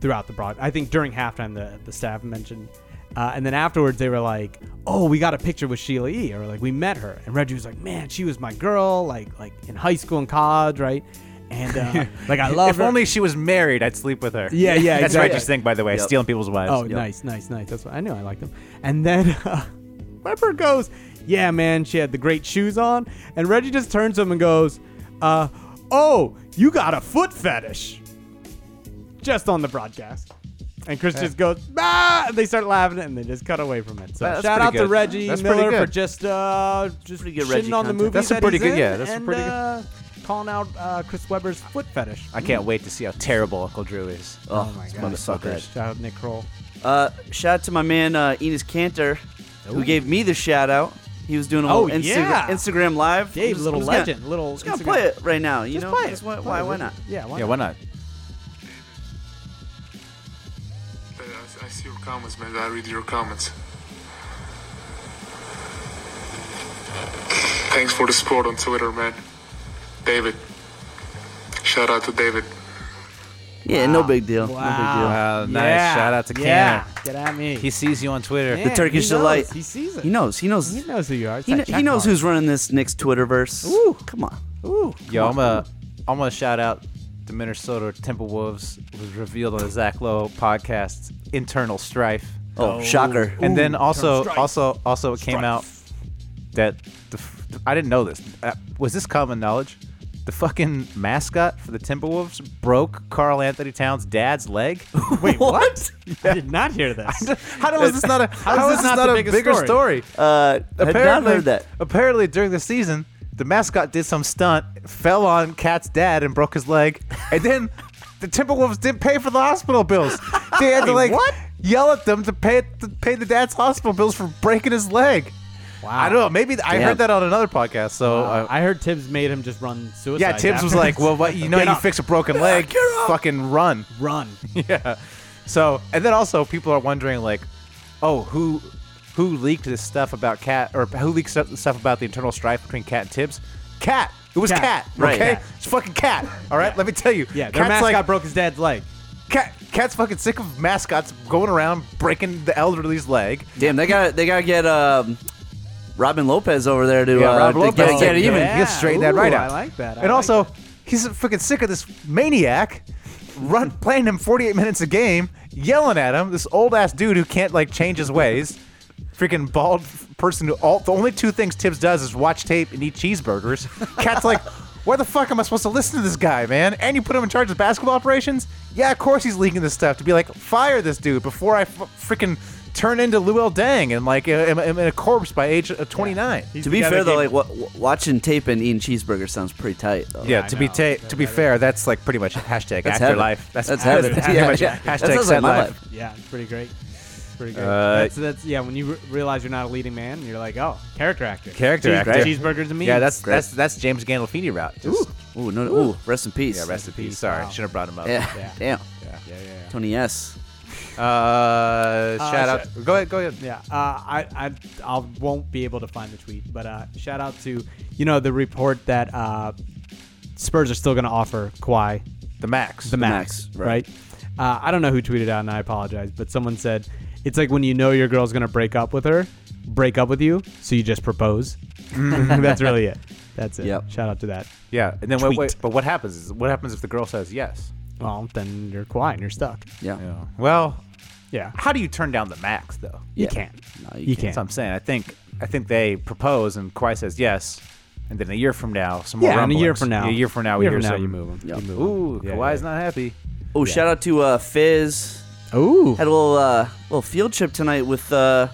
throughout the broad. I think during halftime the the staff mentioned, uh, and then afterwards they were like, "Oh, we got a picture with Sheila E." or like we met her, and Reggie was like, "Man, she was my girl, like like in high school and college, right?" And uh, like I love
If
her.
only she was married, I'd sleep with her.
Yeah, yeah,
That's
exactly.
Reggie's thing, by the way, stealing people's wives.
Oh, nice, nice, nice. That's what I knew. I liked them. And then uh, Pepper goes, "Yeah, man, she had the great shoes on." And Reggie just turns to him and goes, uh, "Oh, you got a foot fetish?" Just on the broadcast. And Chris just goes, "Ah!" And they start laughing, and they just cut away from it. So
That's
shout
pretty
out to
good.
Reggie
That's pretty
Miller for
good.
just uh, just
Pretty good
shitting
Reggie
on
content.
the movie.
That's a
that
pretty
he's
good-
in
yeah, that's a
and,
pretty good-
Uh, calling out uh, Chris Webber's foot fetish.
I can't wait to see how terrible Uncle Drew is.
Oh, my god, so
motherfuckers.
bad.
Shout out Nick Kroll.
Uh, shout out to my man uh, Enos Cantor, who gave me the shout out. He was doing a
Oh,
little Insta-
yeah.
Instagram live. I'm
Dave,
just-
little
I'm just gonna-
legend, little.
I'm just
Instagram-
gonna play it right now. You
Just
know,
play it.
Just why,
Play
why,
it.
why not?
Yeah, why
Yeah,
not?
why not?
Uh, I, I see your comments, man. I read your comments. Thanks for the support on Twitter, man. David. Shout out to David.
Yeah, no big deal. No
Wow, nice. Shout out to Cannon.
Yeah. Get at me.
He sees you on Twitter.
Man,
Turkish
he knows.
delight.
He sees it.
big deal. He knows. He knows.
He knows who you are. It's
He,
that
kn- he
check mark.
knows who's running this Knicks Twitterverse.
Ooh.
come on.
Ooh.
Yo, I'm a, I'm gonna shout out the Minnesota Timberwolves It was revealed on the Zach Lowe podcast. Internal strife,
Oh, shocker.
and then also, also, also, it came out that the, f- I didn't know this. Uh, was this common knowledge? The fucking mascot for the Timberwolves broke Carl Anthony Towns' dad's leg.
Wait, what? I did not hear this.
how was this not a how,
is
is
this
this
not
not,
the
a
biggest
bigger story?
story?
Uh, had not heard that.
Apparently, during the season, the mascot did some stunt, fell on Cat's dad, and broke his leg. And then the Timberwolves didn't pay for the hospital bills. They had to like
what?
yell at them to pay to pay the dad's hospital bills for breaking his leg. Wow. I don't know. Maybe I
Damn.
heard that on another podcast. So uh,
I heard Tibbs made him just run suicide.
yeah, Tibbs was like,
afterwards.
"Well, what, you know,
Get
you
up.
fix a broken leg, fucking run."
run.
yeah. So, and then also people are wondering like, oh, who who leaked this stuff about Cat or who leaked stuff, stuff about the internal strife between Cat and Tibbs? Cat. It was
Cat.
Cat.
Right.
Okay.
Cat.
It's fucking Cat. All right. Let me tell you.
Yeah, their
Cat's
mascot
like
broke his dad's leg.
Cat. Cat's fucking sick of mascots going around breaking the elderly's leg.
Damn, they got to they got to get um, Robin Lopez over there to, uh, to
Lopez.
get,
Oh,
get it even.
yeah. He'll straighten that right
Ooh,
out.
I like that. I
and
like
also,
that.
he's freaking sick of this maniac run playing him 48 minutes a game, yelling at him. This old ass dude who can't like change his ways. Freaking bald f- person who all the only two things Tibbs does is watch tape and eat cheeseburgers. Cat's like, where the fuck am I supposed to listen to this guy, man? And you put him in charge of basketball operations? Yeah, of course he's leaking this stuff to be like, fire this dude before I f- freaking turn into Luel Dang and like am, am in a corpse by age of 29.
He's
To
the
be
guy
fair
that
though, like
gave-
wa- wa- watching tape and eating cheeseburger sounds pretty tight. Though.
Yeah,
I
to be
know.
ta- to be fair, that's like pretty much hashtag
That's
afterlife. life.
heaven. That's heaven.
pretty
Yeah,
much
yeah. That
hashtag
sounds like
set
my
life.
life.
Yeah, it's pretty great. It's pretty great.
Uh,
that's that's yeah. When you re- realize you're not a leading man, you're like, oh, character actor.
Character
Cheese-
actor.
great.
Cheeseburgers and meat.
Yeah, that's that's that's James Gandolfini route. Just,
Ooh, no, ooh, rest in peace.
yeah, rest in peace. Sorry,
Wow.
should have brought him up.
Yeah,
Yeah.
damn.
yeah, yeah. yeah.
Tony S.
Uh, shout out. Go ahead. Go ahead.
Yeah, uh, I, I I won't be able to find the tweet, but uh, shout out to you know the report that uh, Spurs are still going to offer Kawhi
The Max.
the max,
max,
right? Uh, I don't know who tweeted out, and I apologize, but someone said It's like when you know your girl's gonna break up with her, break up with you, so you just propose. That's really it. That's it.
Yep.
Shout out to that.
Yeah, and then wait, wait,
Tweet.
but what happens is what happens if the girl says yes?
Well, then you're quiet and you're stuck.
Yeah.
Yeah. Well,
Yeah.
how do you turn down the max though?
You
Yeah.
can't.
No, you
you
That's
can't.
what I'm saying. I think I think they propose and Kawhi says yes, and then a year from now, some more
Yeah, in a year
rumblings.
from now.
Yeah, a year from now, we
year
hear
from now
some-
you move them.
Yeah.
Ooh,
Yeah,
Kawhi's
yeah.
not happy.
Oh, shout out to uh, Fizz.
Ooh.
Had a little uh, little field trip tonight with uh,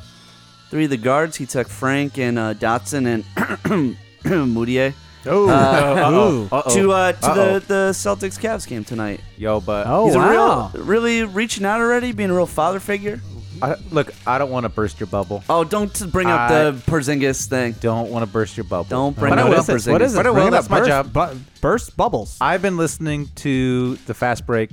three of the guards. He took Frank and uh, Dotson and Moutier
Ooh. Uh, Ooh.
to uh, to
Uh-oh.
the, the Celtics Cavs game tonight.
Yo, but
Oh,
He's a
wow.
real, really reaching out already, being a real father figure.
I, look, I don't want to burst your bubble.
Oh, don't t- bring up
I-
the Porzingis thing.
Don't want to burst your bubble.
Don't bring
But I
it
will.
up, Porzingis.
What is it?
But I will,
Bring it
that's
up.
my
burst,
job.
bu- burst bubbles.
I've been listening to the Fast Break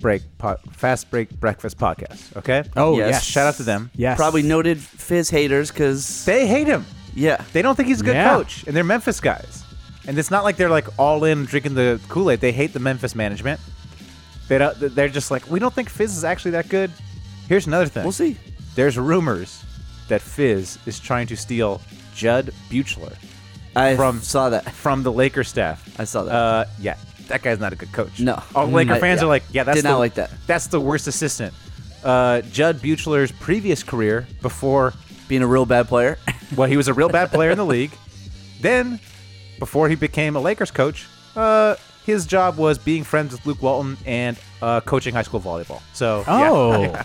Break po- Fast Break Breakfast podcast. Okay.
oh,
Yes.
yes.
shout out to them.
Yes.
Probably noted Fizz haters because
They hate him.
yeah,
They don't think he's a good
Yeah.
coach, and they're Memphis guys. And it's not like they're like all in drinking the Kool Aid. They hate the Memphis management. They don't, they're just like we don't think Fizz is actually that good. Here's another thing.
we'll see.
There's rumors that Fizz is trying to steal Judd Buchler
I
From-
saw that.
from the Lakers staff.
I saw that.
Uh, yeah, that guy's not a good coach.
No.
all Laker
I-
fans
yeah.
are like, yeah, that's
Did not
the-
like that.
That's the worst assistant. Uh, Judd Buchler's previous career before
being a real bad player.
Well, he was a real bad player in the league. Then, before he became a Lakers coach, uh, his job was being friends with Luke Walton and uh, coaching high school volleyball. So, yeah.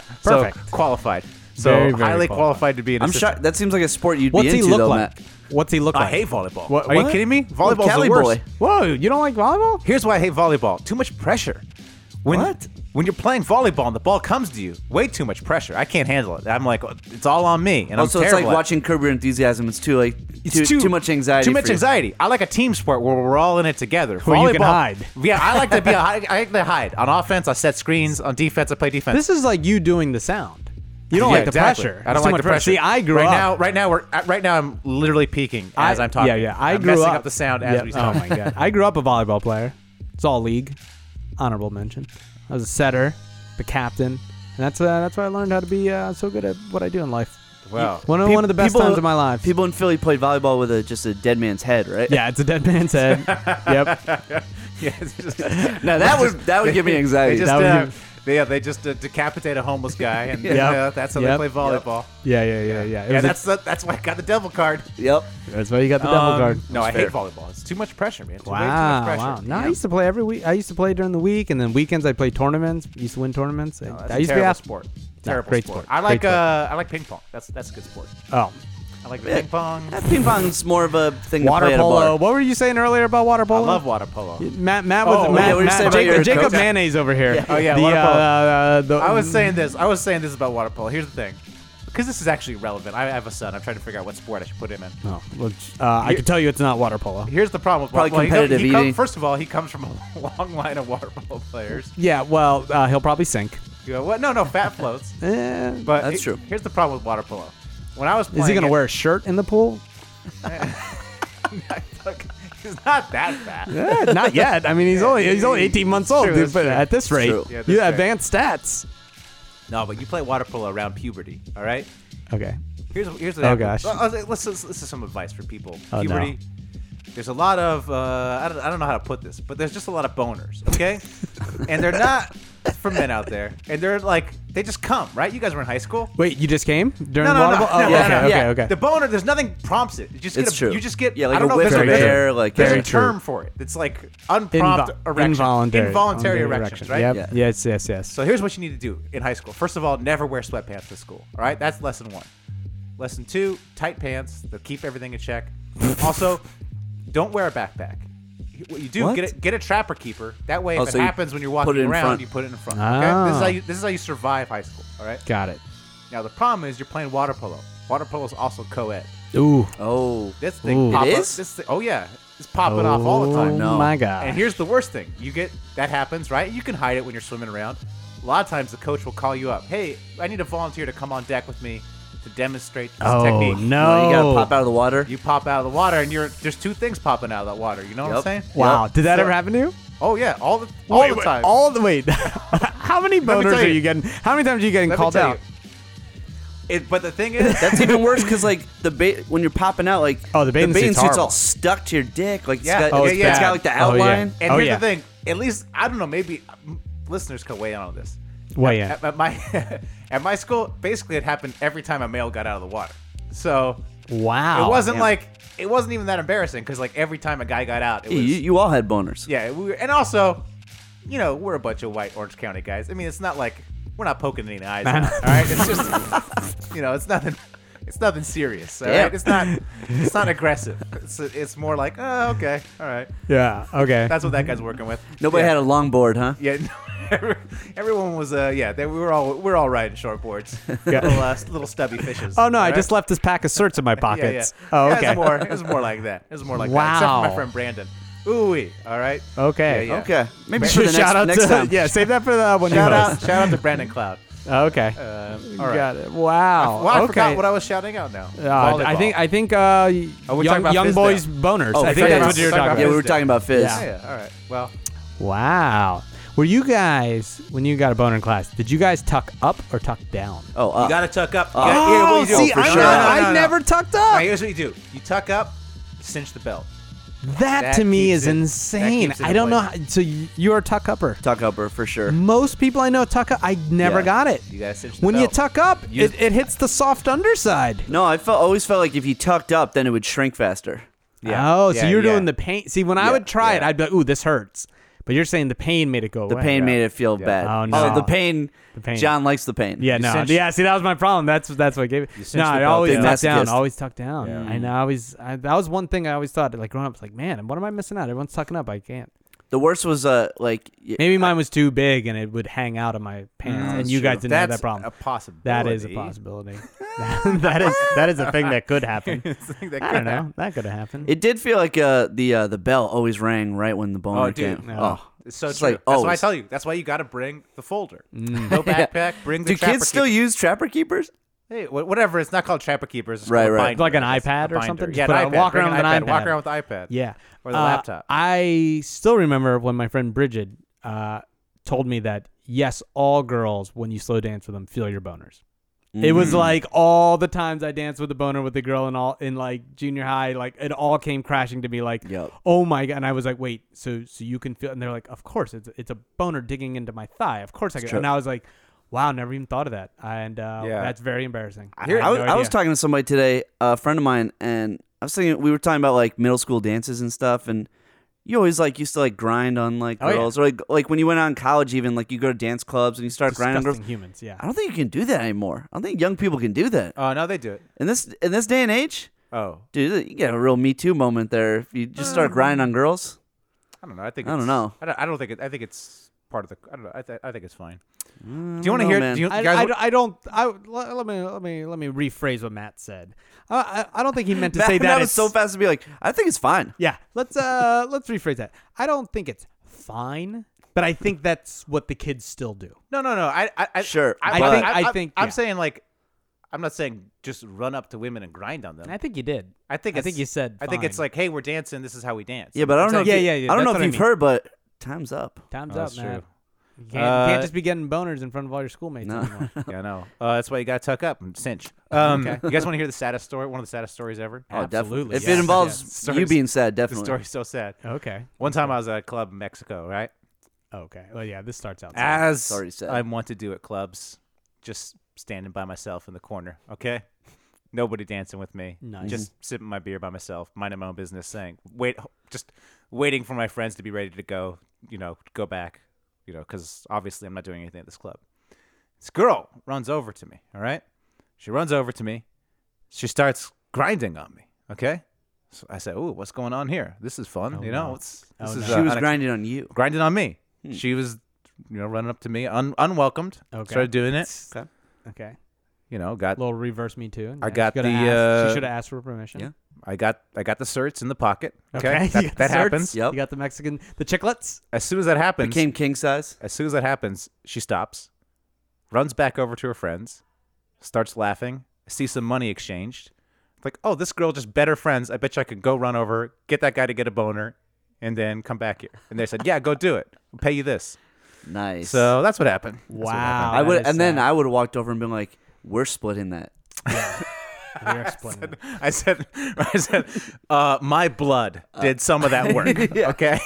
Oh,
so
perfect.
qualified. So
Very, very
highly
qualified.
qualified. to be an
I'm
assistant.
shocked. That seems like a sport you'd
What's
be
he
into,
look
though,
like?
Matt.
What's he look like?
I hate volleyball.
What-
Are
what?
you kidding me?
Well,
Volleyball's
Cali
the worst.
boy.
Whoa, you don't like volleyball?
Here's why I hate volleyball. Too much pressure. When,
What?
When you're playing volleyball and the ball comes to you, way too much pressure. I can't handle it. I'm like, it's all on me,
Oh,
and I'm
Also, it's
terrible
like
at it.
watching Curb Your Enthusiasm. It's too like too, too, much anxiety.
Too much
for you.
anxiety. I like a team sport where we're all in it together.
Where you can hide.
Yeah, I like to be. A, I, I like to hide. On offense, I set screens. On defense, I play defense.
This is like you doing the sound. You don't
Yeah,
like the
exactly.
pressure.
I
It's
don't
too
like
much
the pressure.
See, I grew
right
up.
now. Right now, we're uh, right now. I'm literally peaking as I, am talking.
Yeah, yeah. I
am
grew
messing
up.
up. the sound as
Yep.
we
Oh
talk.
my god. I grew up a volleyball player. It's all league. Honorable mention. I was a setter, the captain, and that's uh, that's why I learned how to be uh, so good at what I do in life.
Wow.
One of,
Pe-
one of the best
people-
times of my life.
People in Philly played volleyball with a, just a dead man's head, right?
yeah, it's a dead man's head. yep.
Yeah, it's just-
Now that would that would give me
they
anxiety.
just,
That would
uh,
give-
they- yeah, they just uh, decapitate a homeless guy, and
Yep.
uh, that's how
Yep.
they play volleyball.
Yeah, yeah, yeah, yeah. It
Yeah,
was a-
that's the, that's why I got the devil card.
yep.
that's why you got the double
Um,
guard.
No, I hate volleyball. It's too much pressure, man. It's way
Wow,
too much
wow.
pressure.
No, I used to play every week. I used to play during the week, and then weekends I played tournaments. Used to win tournaments. I-
Oh, That's
I
a
used to be
terrible
ath-
sport.
No,
Terrible
great
sport.
sport.
I like
Great sport.
uh, I like ping pong. That's that's a good sport.
Oh,
I like
Yeah.
ping pong.
That ping pong's more of a thing. to
water
play at a
polo.
bar.
What were you saying earlier about water
I
polo?
love water polo.
Matt, Matt was
Oh,
Matt,
yeah, we were
Matt-
saying about
Jacob,
your
Jacob
coach.
Mayonnaise over here.
Oh, yeah,
The,
water
uh,
polo.
uh, the-
I was saying this. I was saying this about water polo. Here's the thing, because this is actually relevant. I have a son. I'm trying to figure out what sport I should put him in.
No, well, uh, I can tell you it's not water polo.
Here's the problem with
Probably
water polo. He
competitive
he come-
eating.
first of all, he comes from a long line of water polo players.
Yeah, well, uh, he'll probably sink.
You go, what? No, no, fat floats.
Eh,
But
That's
he-
true.
Here's the problem with water polo. When I was playing,
is he gonna
it-
wear a shirt in the pool?
He's not that fat.
Eh, not yet. I mean, he's only he's only 18 months old,
True,
dude.
that's
But
true.
at this rate,
True.
Yeah, that's
you
fair.
advanced stats.
No, but you play water polo around puberty. All right.
Okay.
Here's here's what
Oh,
happened.
gosh.
Well, Let's, let's, let's, this is some advice for people.
Oh, no.
Puberty. There's a lot of uh, I, don't, I don't know how to put this, but there's just a lot of boners, okay? and they're not for men out there, and they're like they just come, right? You guys were in high school.
Wait, you just came during
No, no,
water
no,
polo?
no,
Oh,
no,
okay,
no,
okay,
yeah.
okay.
The boner, there's nothing prompts it. You just
It's
get a,
true.
You just get
Yeah, like
I don't
a
know if
whip
there's
or
a,
bear, like
there's
Very
a
true.
term for it. It's like unprompted
Invo-
erections, involuntary
Involuntary. Involuntary
erections,
erection.
right?
Yep.
Yeah.
Yes, yes, yes.
So here's what you need to do in high school. First of all, never wear sweatpants to school. All right, that's lesson one. Lesson two: tight pants. They'll keep everything in check. also, don't wear a backpack. What you do
What?
get a, get a trapper keeper. That way, if
Oh,
it
so you
happens when you're
put it
walking
in
around,
front.
you put it in front. Okay, this is
Ah.
how you this is how you survive high school. All right.
Got it.
Now the problem is you're playing water polo. Water polo is also co-ed.
Ooh.
Oh,
This thing
Ooh.
pop
It
up-
is?
This thing, oh yeah, it's popping off all the time.
Oh,
No.
my God.
And here's the worst thing: you get that happens, right? You can hide it when you're swimming around. A lot of times, the coach will call you up. Hey, I need a volunteer to come on deck with me to demonstrate this
oh,
technique.
no.
well, you gotta pop out of the water.
You pop out of the water, and you're there's two things popping out of that water. You know
Yep.
what I'm saying?
Wow.
So-
Did that
so-
ever happen to you?
Oh yeah, all the all
Wait,
the
wait,
time.
All the wait. How many
me
boners
tell
are
you.
you getting? How many times are you getting
Let me
called
tell
out?
you, It, but the thing is,
That's even worse because like the bait when you're popping out, like
Oh, the bathing
bathing
suit's
suit's
horrible.
all stuck to your dick. Like it's
Yeah.
got,
Oh,
it's
it's
got
bad.
like the
Oh, yeah.
outline.
and
Oh,
here's
yeah.
the thing. At least I don't know. Maybe um, listeners can weigh in on this.
Way in.
At, at my at my school, basically, it happened every time a male got out of the water. So
Wow.
it wasn't
damn.
like it wasn't even that embarrassing because like every time a guy got out, it was
You, you all had boners.
yeah. We were, and also, you know, we're a bunch of white Orange County guys. I mean, it's not like we're not poking any eyes. out, all right, it's just you know, it's nothing. It's nothing serious. All right,
Yeah.
it's not. It's not aggressive. It's it's more like oh okay, all right.
Yeah. Okay.
That's what that guy's working with.
Nobody
yeah.
had a long board, huh?
Yeah, no, everyone was. Uh, yeah, they, we were all we are all riding shortboards,
Yeah.
little, uh, little stubby fishes.
Oh no! I
Alright?
just left this pack of certs in my
Yeah, yeah.
pockets.
Yeah,
Oh, okay.
It was more. It was more like that. It was more like that. Except for
Wow.
my friend Brandon. Ooh, all right.
Okay.
Yeah, yeah.
Okay, maybe for the next,
shout out
next
to
time.
yeah. Save that for the when
Shout
you
out,
host.
shout out to Brandon Cloud.
Oh, Okay.
Um, all right.
Got it. Wow.
Well, I
okay.
forgot what I was shouting out now.
Uh, I think I think uh,
we talking
young,
about
young
Fizz
boys
now?
boners.
Oh,
I
Fizz.
think that's what you
Talking
were talking
about
yeah, we
about.
were talking about Fizz.
Oh, Yeah. yeah. All right. Well,
Wow. Were you guys when you got a boner in class? Did you guys tuck up or tuck down?
Oh, uh,
you gotta tuck up. You
Oh,
gotta- here, what do you do?
see,
for
I'm
sure.
not,
No, no,
I
no, no.
never tucked
All
up.
right, here's what you do. You tuck up, cinch the belt.
that,
that
to me
keeps
is
it- that
insane.
keeps it
I
in
don't know. How,
place.
so you, you're a tuck upper.
tuck upper for sure.
Most people I know tuck up. I never
Yeah.
got it.
You gotta cinch the
When you
belt.
tuck up,
You-
it, it hits the soft underside.
No, I felt always felt like if you tucked up, then it would shrink faster.
Yeah,
Oh, so
yeah,
you're
yeah.
doing the pain. See, when I
Yeah,
would try it,
yeah.
I'd be like, "Ooh, this hurts," but you're saying the pain made it go
The
away.
pain
Yeah.
made it feel bad.
Oh, no.
the pain.
The pain.
John likes the pain.
Yeah, no,
cinched-
yeah. See, that was my problem. That's that's what gave it.
the
No, I
belt,
always
yeah.
tuck down.
Masochist.
Always tuck down. And I always I, that was one thing I always thought. Like growing up, it's like, man, what am I missing out? Everyone's tucking up. I can't.
The worst was uh like y-
Maybe mine was too big and it would hang out of my pants. and you guys didn't have that
Oh, That's
problem.
A possibility.
that is a possibility. that is that is a thing that could happen.
Something that
I
could
don't know.
happen.
That could have happened.
it did feel like uh the uh the bell always rang right when the boner
Oh, dude.
came.
Yeah.
Oh.
It's so
It's
true.
like,
That's
oh,
why I
it's-
tell you. That's why you got to bring the folder. No backpack. Bring the
Do
trapper
kids still
keeper.
use trapper keepers?
Hey, wh- whatever. It's not called trapper keepers. It's
Right,
called a
right.
binder,
Like an
I guess.
iPad
A
or something?
binder.
Just
Yeah,
put
an
a-
iPad.
walk
Bring
around
an
with an
iPad. Walk
iPad.
around with the iPad.
Yeah.
Or the
Uh,
laptop.
I still remember when my friend Bridget uh, told me that, yes, all girls, when you slow dance with them, feel your boners. It was
Mm.
like all the times I danced with a boner with a girl in all in like junior high, like it all came crashing to me like,
Yep.
oh my god! And I was like, wait, so so you can feel? And they're like, of course, it's it's a boner digging into my thigh. Of course I can.
true.
And I was like, wow, never even thought of that. And uh,
Yeah.
that's very embarrassing.
I,
had
I was,
no
I was
idea.
talking to somebody today, a friend of mine, and I was thinking we were talking about like middle school dances and stuff, and you always like used to like grind on like
Oh,
yeah.
girls, or like like when you went out in college, even like you go to dance clubs and you start grinding on girls.
disgusting humans. Yeah.
I don't think you can do that anymore. I don't think young people can do that
Oh no, they do it.
in this in this day and age.
Oh,
Dude, you get a real Me Too moment there. If you just start grinding on girls,
I don't know. I think
I don't
it's-
know.
I don't, I don't think. It, I think it's part of the. I don't know. I, th- I think it's fine. Do
don't
you want to
know,
hear?
Mm, man.
Do you,
I,
guys,
I, I don't. I let, let me let me let me rephrase what Matt said. I I, I don't think he meant to say that.
that
it's-
was so fast to be like, I think it's fine.
Yeah, let's uh let's rephrase that. I don't think it's fine, but I think that's what the kids still do.
no, no, no. I, I, I
Sure,
I, I
but-
think.
I
I,
think-
am
yeah.
saying like. I'm not saying just run up to women and grind on them.
And I think you did.
I think.
I
It's,
think you said
I think it's
fine.
like, hey, we're dancing. This is how we dance.
Yeah, but I don't know.
like-
if you-
Yeah, yeah, yeah,
I don't know
that's
if
what I
you've
mean.
heard, but time's up.
time's
Oh,
up,
that's
man.
true.
You can't, you can't
Uh,
just be getting boners in front of all your schoolmates anymore.
Yeah, I know. Uh, that's why you gotta tuck up and cinch. Um, You guys want to hear the saddest story? One of the saddest stories ever.
Oh, definitely.
Absolutely,
If
yes,
it involves
yes.
you
Stories-
being sad,
The
definitely.
story's so sad.
okay.
One time I was at a club in Mexico, right?
Okay. Well, yeah, this starts out.
As
Sorry, sad.
I want to do at clubs, just standing by myself in the corner. Okay, nobody dancing with me.
Nice.
Just sipping my beer by myself, minding my own business, saying, "Wait, just waiting for my friends to be ready to go. You know, go back. You know, because obviously I'm not doing anything at this club." This girl runs over to me. All right, she runs over to me. She starts grinding on me. Okay. So I said, "Ooh, what's going on here? This is fun, you know.
Oh, no.
It's, this
no.
is
she
uh,
was
unex-
grinding Hmm. on you.
grinding on me. She was, you know, running up to me, un- unwelcomed.
Okay.
Started doing it.
Okay.
Okay.
You know, got
little reverse me too.
I
Yeah,
got
she shoulda
the,
asked-
uh,
she should have asked for permission.
Yeah.
I got I got the certs in the pocket. Okay,
Okay, you
that,
got
that
the certs.
happens.
Yep.
You got the Mexican the chiclets.
As soon as that happens,
Became king size.
as soon as that happens, she stops, runs back over to her friends, starts laughing, sees some money exchanged. It's like, oh, this girl just better friends. I bet you I could go run over, get that guy to get a boner, and then come back here. And they said, yeah, go do it. I'll pay you this.
Nice.
So that's what happened.
Wow.
I would,
that is uh,
and then
sad.
I would have walked over and been like, "We're splitting that."
Your explanation.
I said, I said, uh, my blood did some of that work. Okay.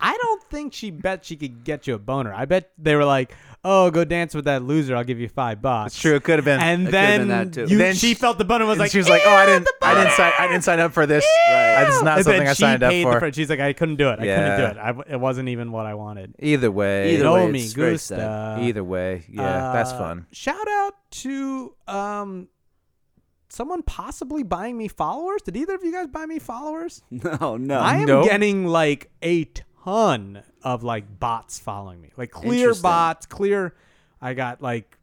I don't think she bet she could get you a boner. I bet they were like, "Oh, go dance with that loser. I'll give you five bucks."
That's true. It could have been.
And
It could've
then,
been that, too.
you-
Then
she,
she-
felt the boner and was
And
like,
she was like, "Oh, I
"Ew,
didn't,
the
I didn't
boner!"
sign, I didn't sign up for this. Right. It's not
And then
something I
she
signed up
paid the
for.
fr- She's like, "I couldn't do it. I couldn't do
Yeah.
it. I w- it wasn't even what I wanted."
Either way,
Either
No
way,
me
it's great
gusta.
stuff.
either way, yeah, that's
Uh,
fun.
Shout out to um, someone possibly buying me followers. Did either of you guys buy me followers?
No, no.
I am
Nope.
getting like a ton of like bots following me, like clear
Interesting.
bots, clear. I got like,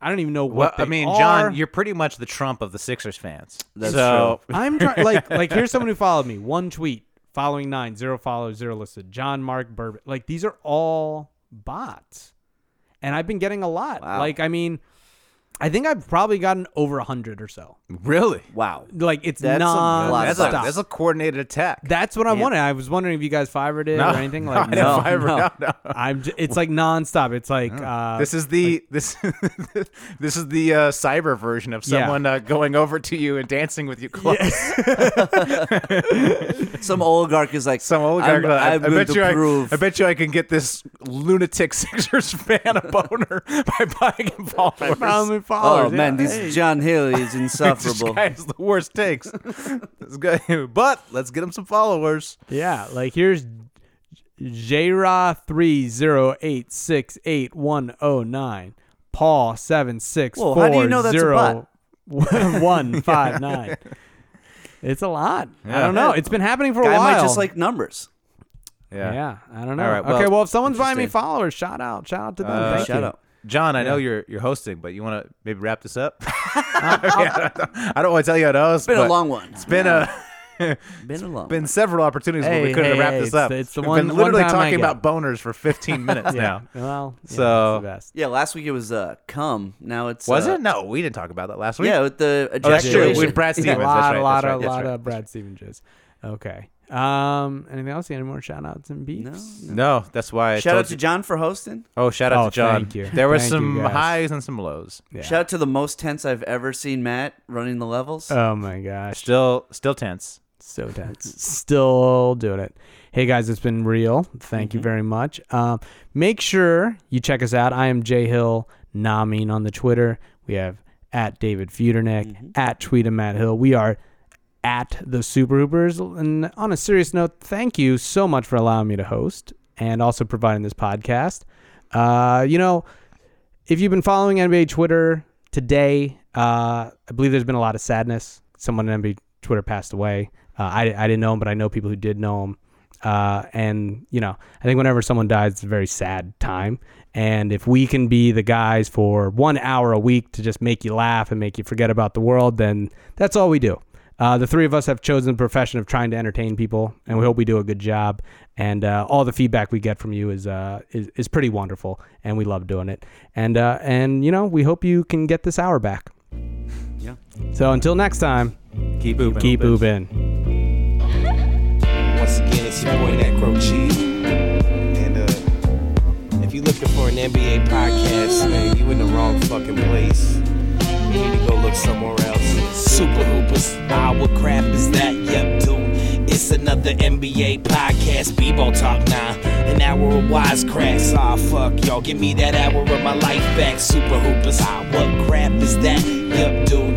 I don't even know
Well,
what.
I
they
mean,
are.
John, you're pretty much the Trump of the Sixers fans.
That's
so
I'm trying like like here's someone who followed me. One tweet, following nine, zero followers, zero listed. John Mark Bourbon. Like these are all bots. And I've been getting a lot.
Wow.
Like I mean, I think I've probably gotten over a hundred or so.
really,
wow.
Like it's
That's a
non
lot
that's
Stop.
a, that's a coordinated attack.
that's what I wanted. I was wondering if you guys fivered it
No,
or anything
no,
like
I didn't
no,
fiber-
no.
no, no.
I'm j- it's like nonstop. It's like uh,
this is the this this is the uh, cyber version of
Yeah.
someone uh, going over to you and dancing with you close.
Some oligarch is like
Some oligarch.
I'm,
I, I
I'm going
bet
to
you. I,
prove.
I bet you. I can get this lunatic Sixers fan a boner by buying him followers.
following
oh
followers. yeah.
man, this John Hill is
This
insufferable.
guy is the worst takes. This guy- but let's get him some followers.
Yeah, like here's Jra three zero eight six eight one oh nine. Paul seven six
Whoa,
four
how do you know that's a
zero
bot?
one five nine. It's a lot. I don't know. It's been happening for a
guy
while.
might just like numbers.
Yeah.
Yeah, I don't know.
All right,
okay,
well,
well, if someone's buying me
interesting.
followers, shout out, shout out to them.
Uh,
Thank
Shout
you.
out.
John, I know you're you're hosting, but you want to maybe wrap this up. Yeah, I don't want to tell you how to host.
It's been
but
a long one. It's
Been a
been a long.
been several opportunities where
Hey,
we could
hey,
have wrapped
hey,
this
it's
up.
the- it's the
We've
one-
been
one
literally
time I
talking
get.
about boners for 15 minutes
Yeah.
now.
Well, yeah,
So-
that's the best.
Yeah, last week it was uh cum. Now it's
Was
uh,
it? No, we didn't talk about that last week.
Yeah, with the
Oh, that's true.
ejaculation.
With Brad Stevens.
a lot,
that's right,
a lot,
that's
a
right,
lot
that's
of Brad Stevens. jokes. Okay. Um, anything else? Any more shout outs and beefs?
right. No, that's why. I
Shout
told
out to
you-
John for hosting.
Oh, shout out
Oh,
to John.
thank you.
There were
Thank you,
some
guys.
highs and some lows.
Yeah.
Shout out to the most tense I've ever seen Matt running the
Uh,
levels.
Oh my gosh.
Still, still tense.
So tense. Still doing it. Hey guys, it's been real. Thank you very much. Um, make sure you check us out. I am Jay Hill Nameen on the Twitter. We have at David Feudernick, at Tweet and Matt Hill. We are at the Super Hoopers. And on a serious note, thank you so much for allowing me to host and also providing this podcast. Uh, you know, if you've been following NBA Twitter today, uh, I believe there's been a lot of sadness. Someone in NBA Twitter passed away. Uh, I, I didn't know him, but I know people who did know him. Uh, and, you know, I think whenever someone dies, it's a very sad time. And if we can be the guys for one hour a week to just make you laugh and make you forget about the world, then that's all we do. Uh, the three of us have chosen the profession of trying to entertain people, and we hope we do a good job. And uh, all the feedback we get from you is, uh, is is pretty wonderful, and we love doing it. And uh, and you know, we hope you can get this hour back.
Yeah.
So until next time,
Keep moving.
keep ooping.
Once again, it's your boy Necro Cheese. And uh, if you're looking for an NBA podcast, man, you in the wrong fucking place. You need to go look somewhere else. Super Hoopers, our crap is that, yep, dude. It's another NBA podcast, Bebo Talk 9. An hour of wisecracks, aw, fuck, y'all. Give me that hour of my life back, Super Hoopers. Ah, what crap is that, yep, dude.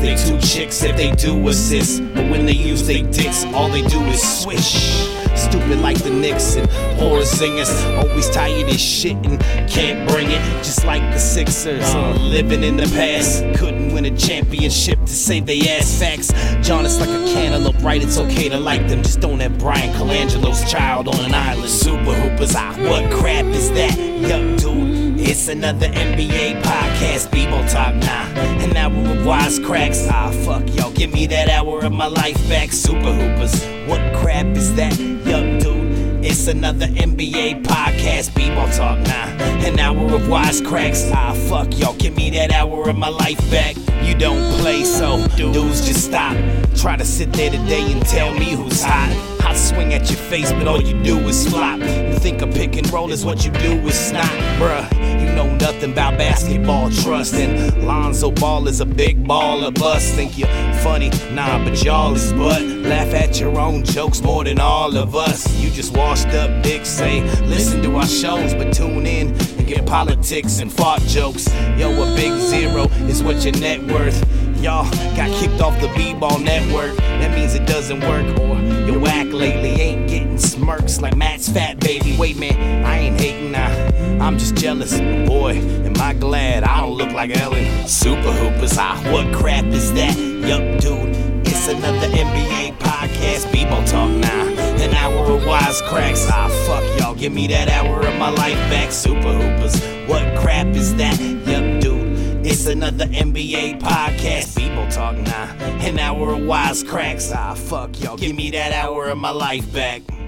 they two chicks if they do assist. But when they use they dicks, all they do is swish. Stupid like the Knicks and horror singers. Always tired as shit and can't bring it. Just like the Sixers. living in the past. Couldn't win a championship to save they ass facts. John is like a cantaloupe, right? It's okay to like them. Just don't have Brian Colangelo's child on an island. Super Hoopers, ah, what crap is that? Yup, dude.
It's another NBA podcast, people talk now. An hour of wise cracks. Ah, fuck y'all, give me that hour of my life back. Super Hoopers, what crap is that, young dude? It's another NBA podcast, people talk now. An hour of wise cracks. Ah, fuck y'all, give me that hour of my life back. You don't play, so dudes just stop. Try to sit there today and tell me who's hot. I swing at your face, but all you do is flop. You think a pick and roll is what you do is snot, bruh. You know nothing about basketball trust. And Lonzo Ball is a big baller bust. Think you funny? Nah, but y'all is butt. Laugh at your own jokes more than all of us. You just washed up dicks, say, listen to our shows, but tune in and get politics and fart jokes. Yo, a big zero is what your net worth. Y'all got kicked off the B-ball network. That means it doesn't work or you whack lately. Ain't getting smirks like Matt's fat baby. Wait, man, I ain't hating nah. I'm just jealous. Boy, am I glad I don't look like Ellen. Super Hoopers, ah, what crap is that? Yup, dude, it's another NBA podcast. People talk now. An hour of wisecracks. Ah, fuck y'all, give me that hour of my life back. Super Hoopers, what crap is that? Yup, dude. It's another NBA podcast. People talk now. An hour of wisecracks. Ah, fuck y'all. Give me that hour of my life back.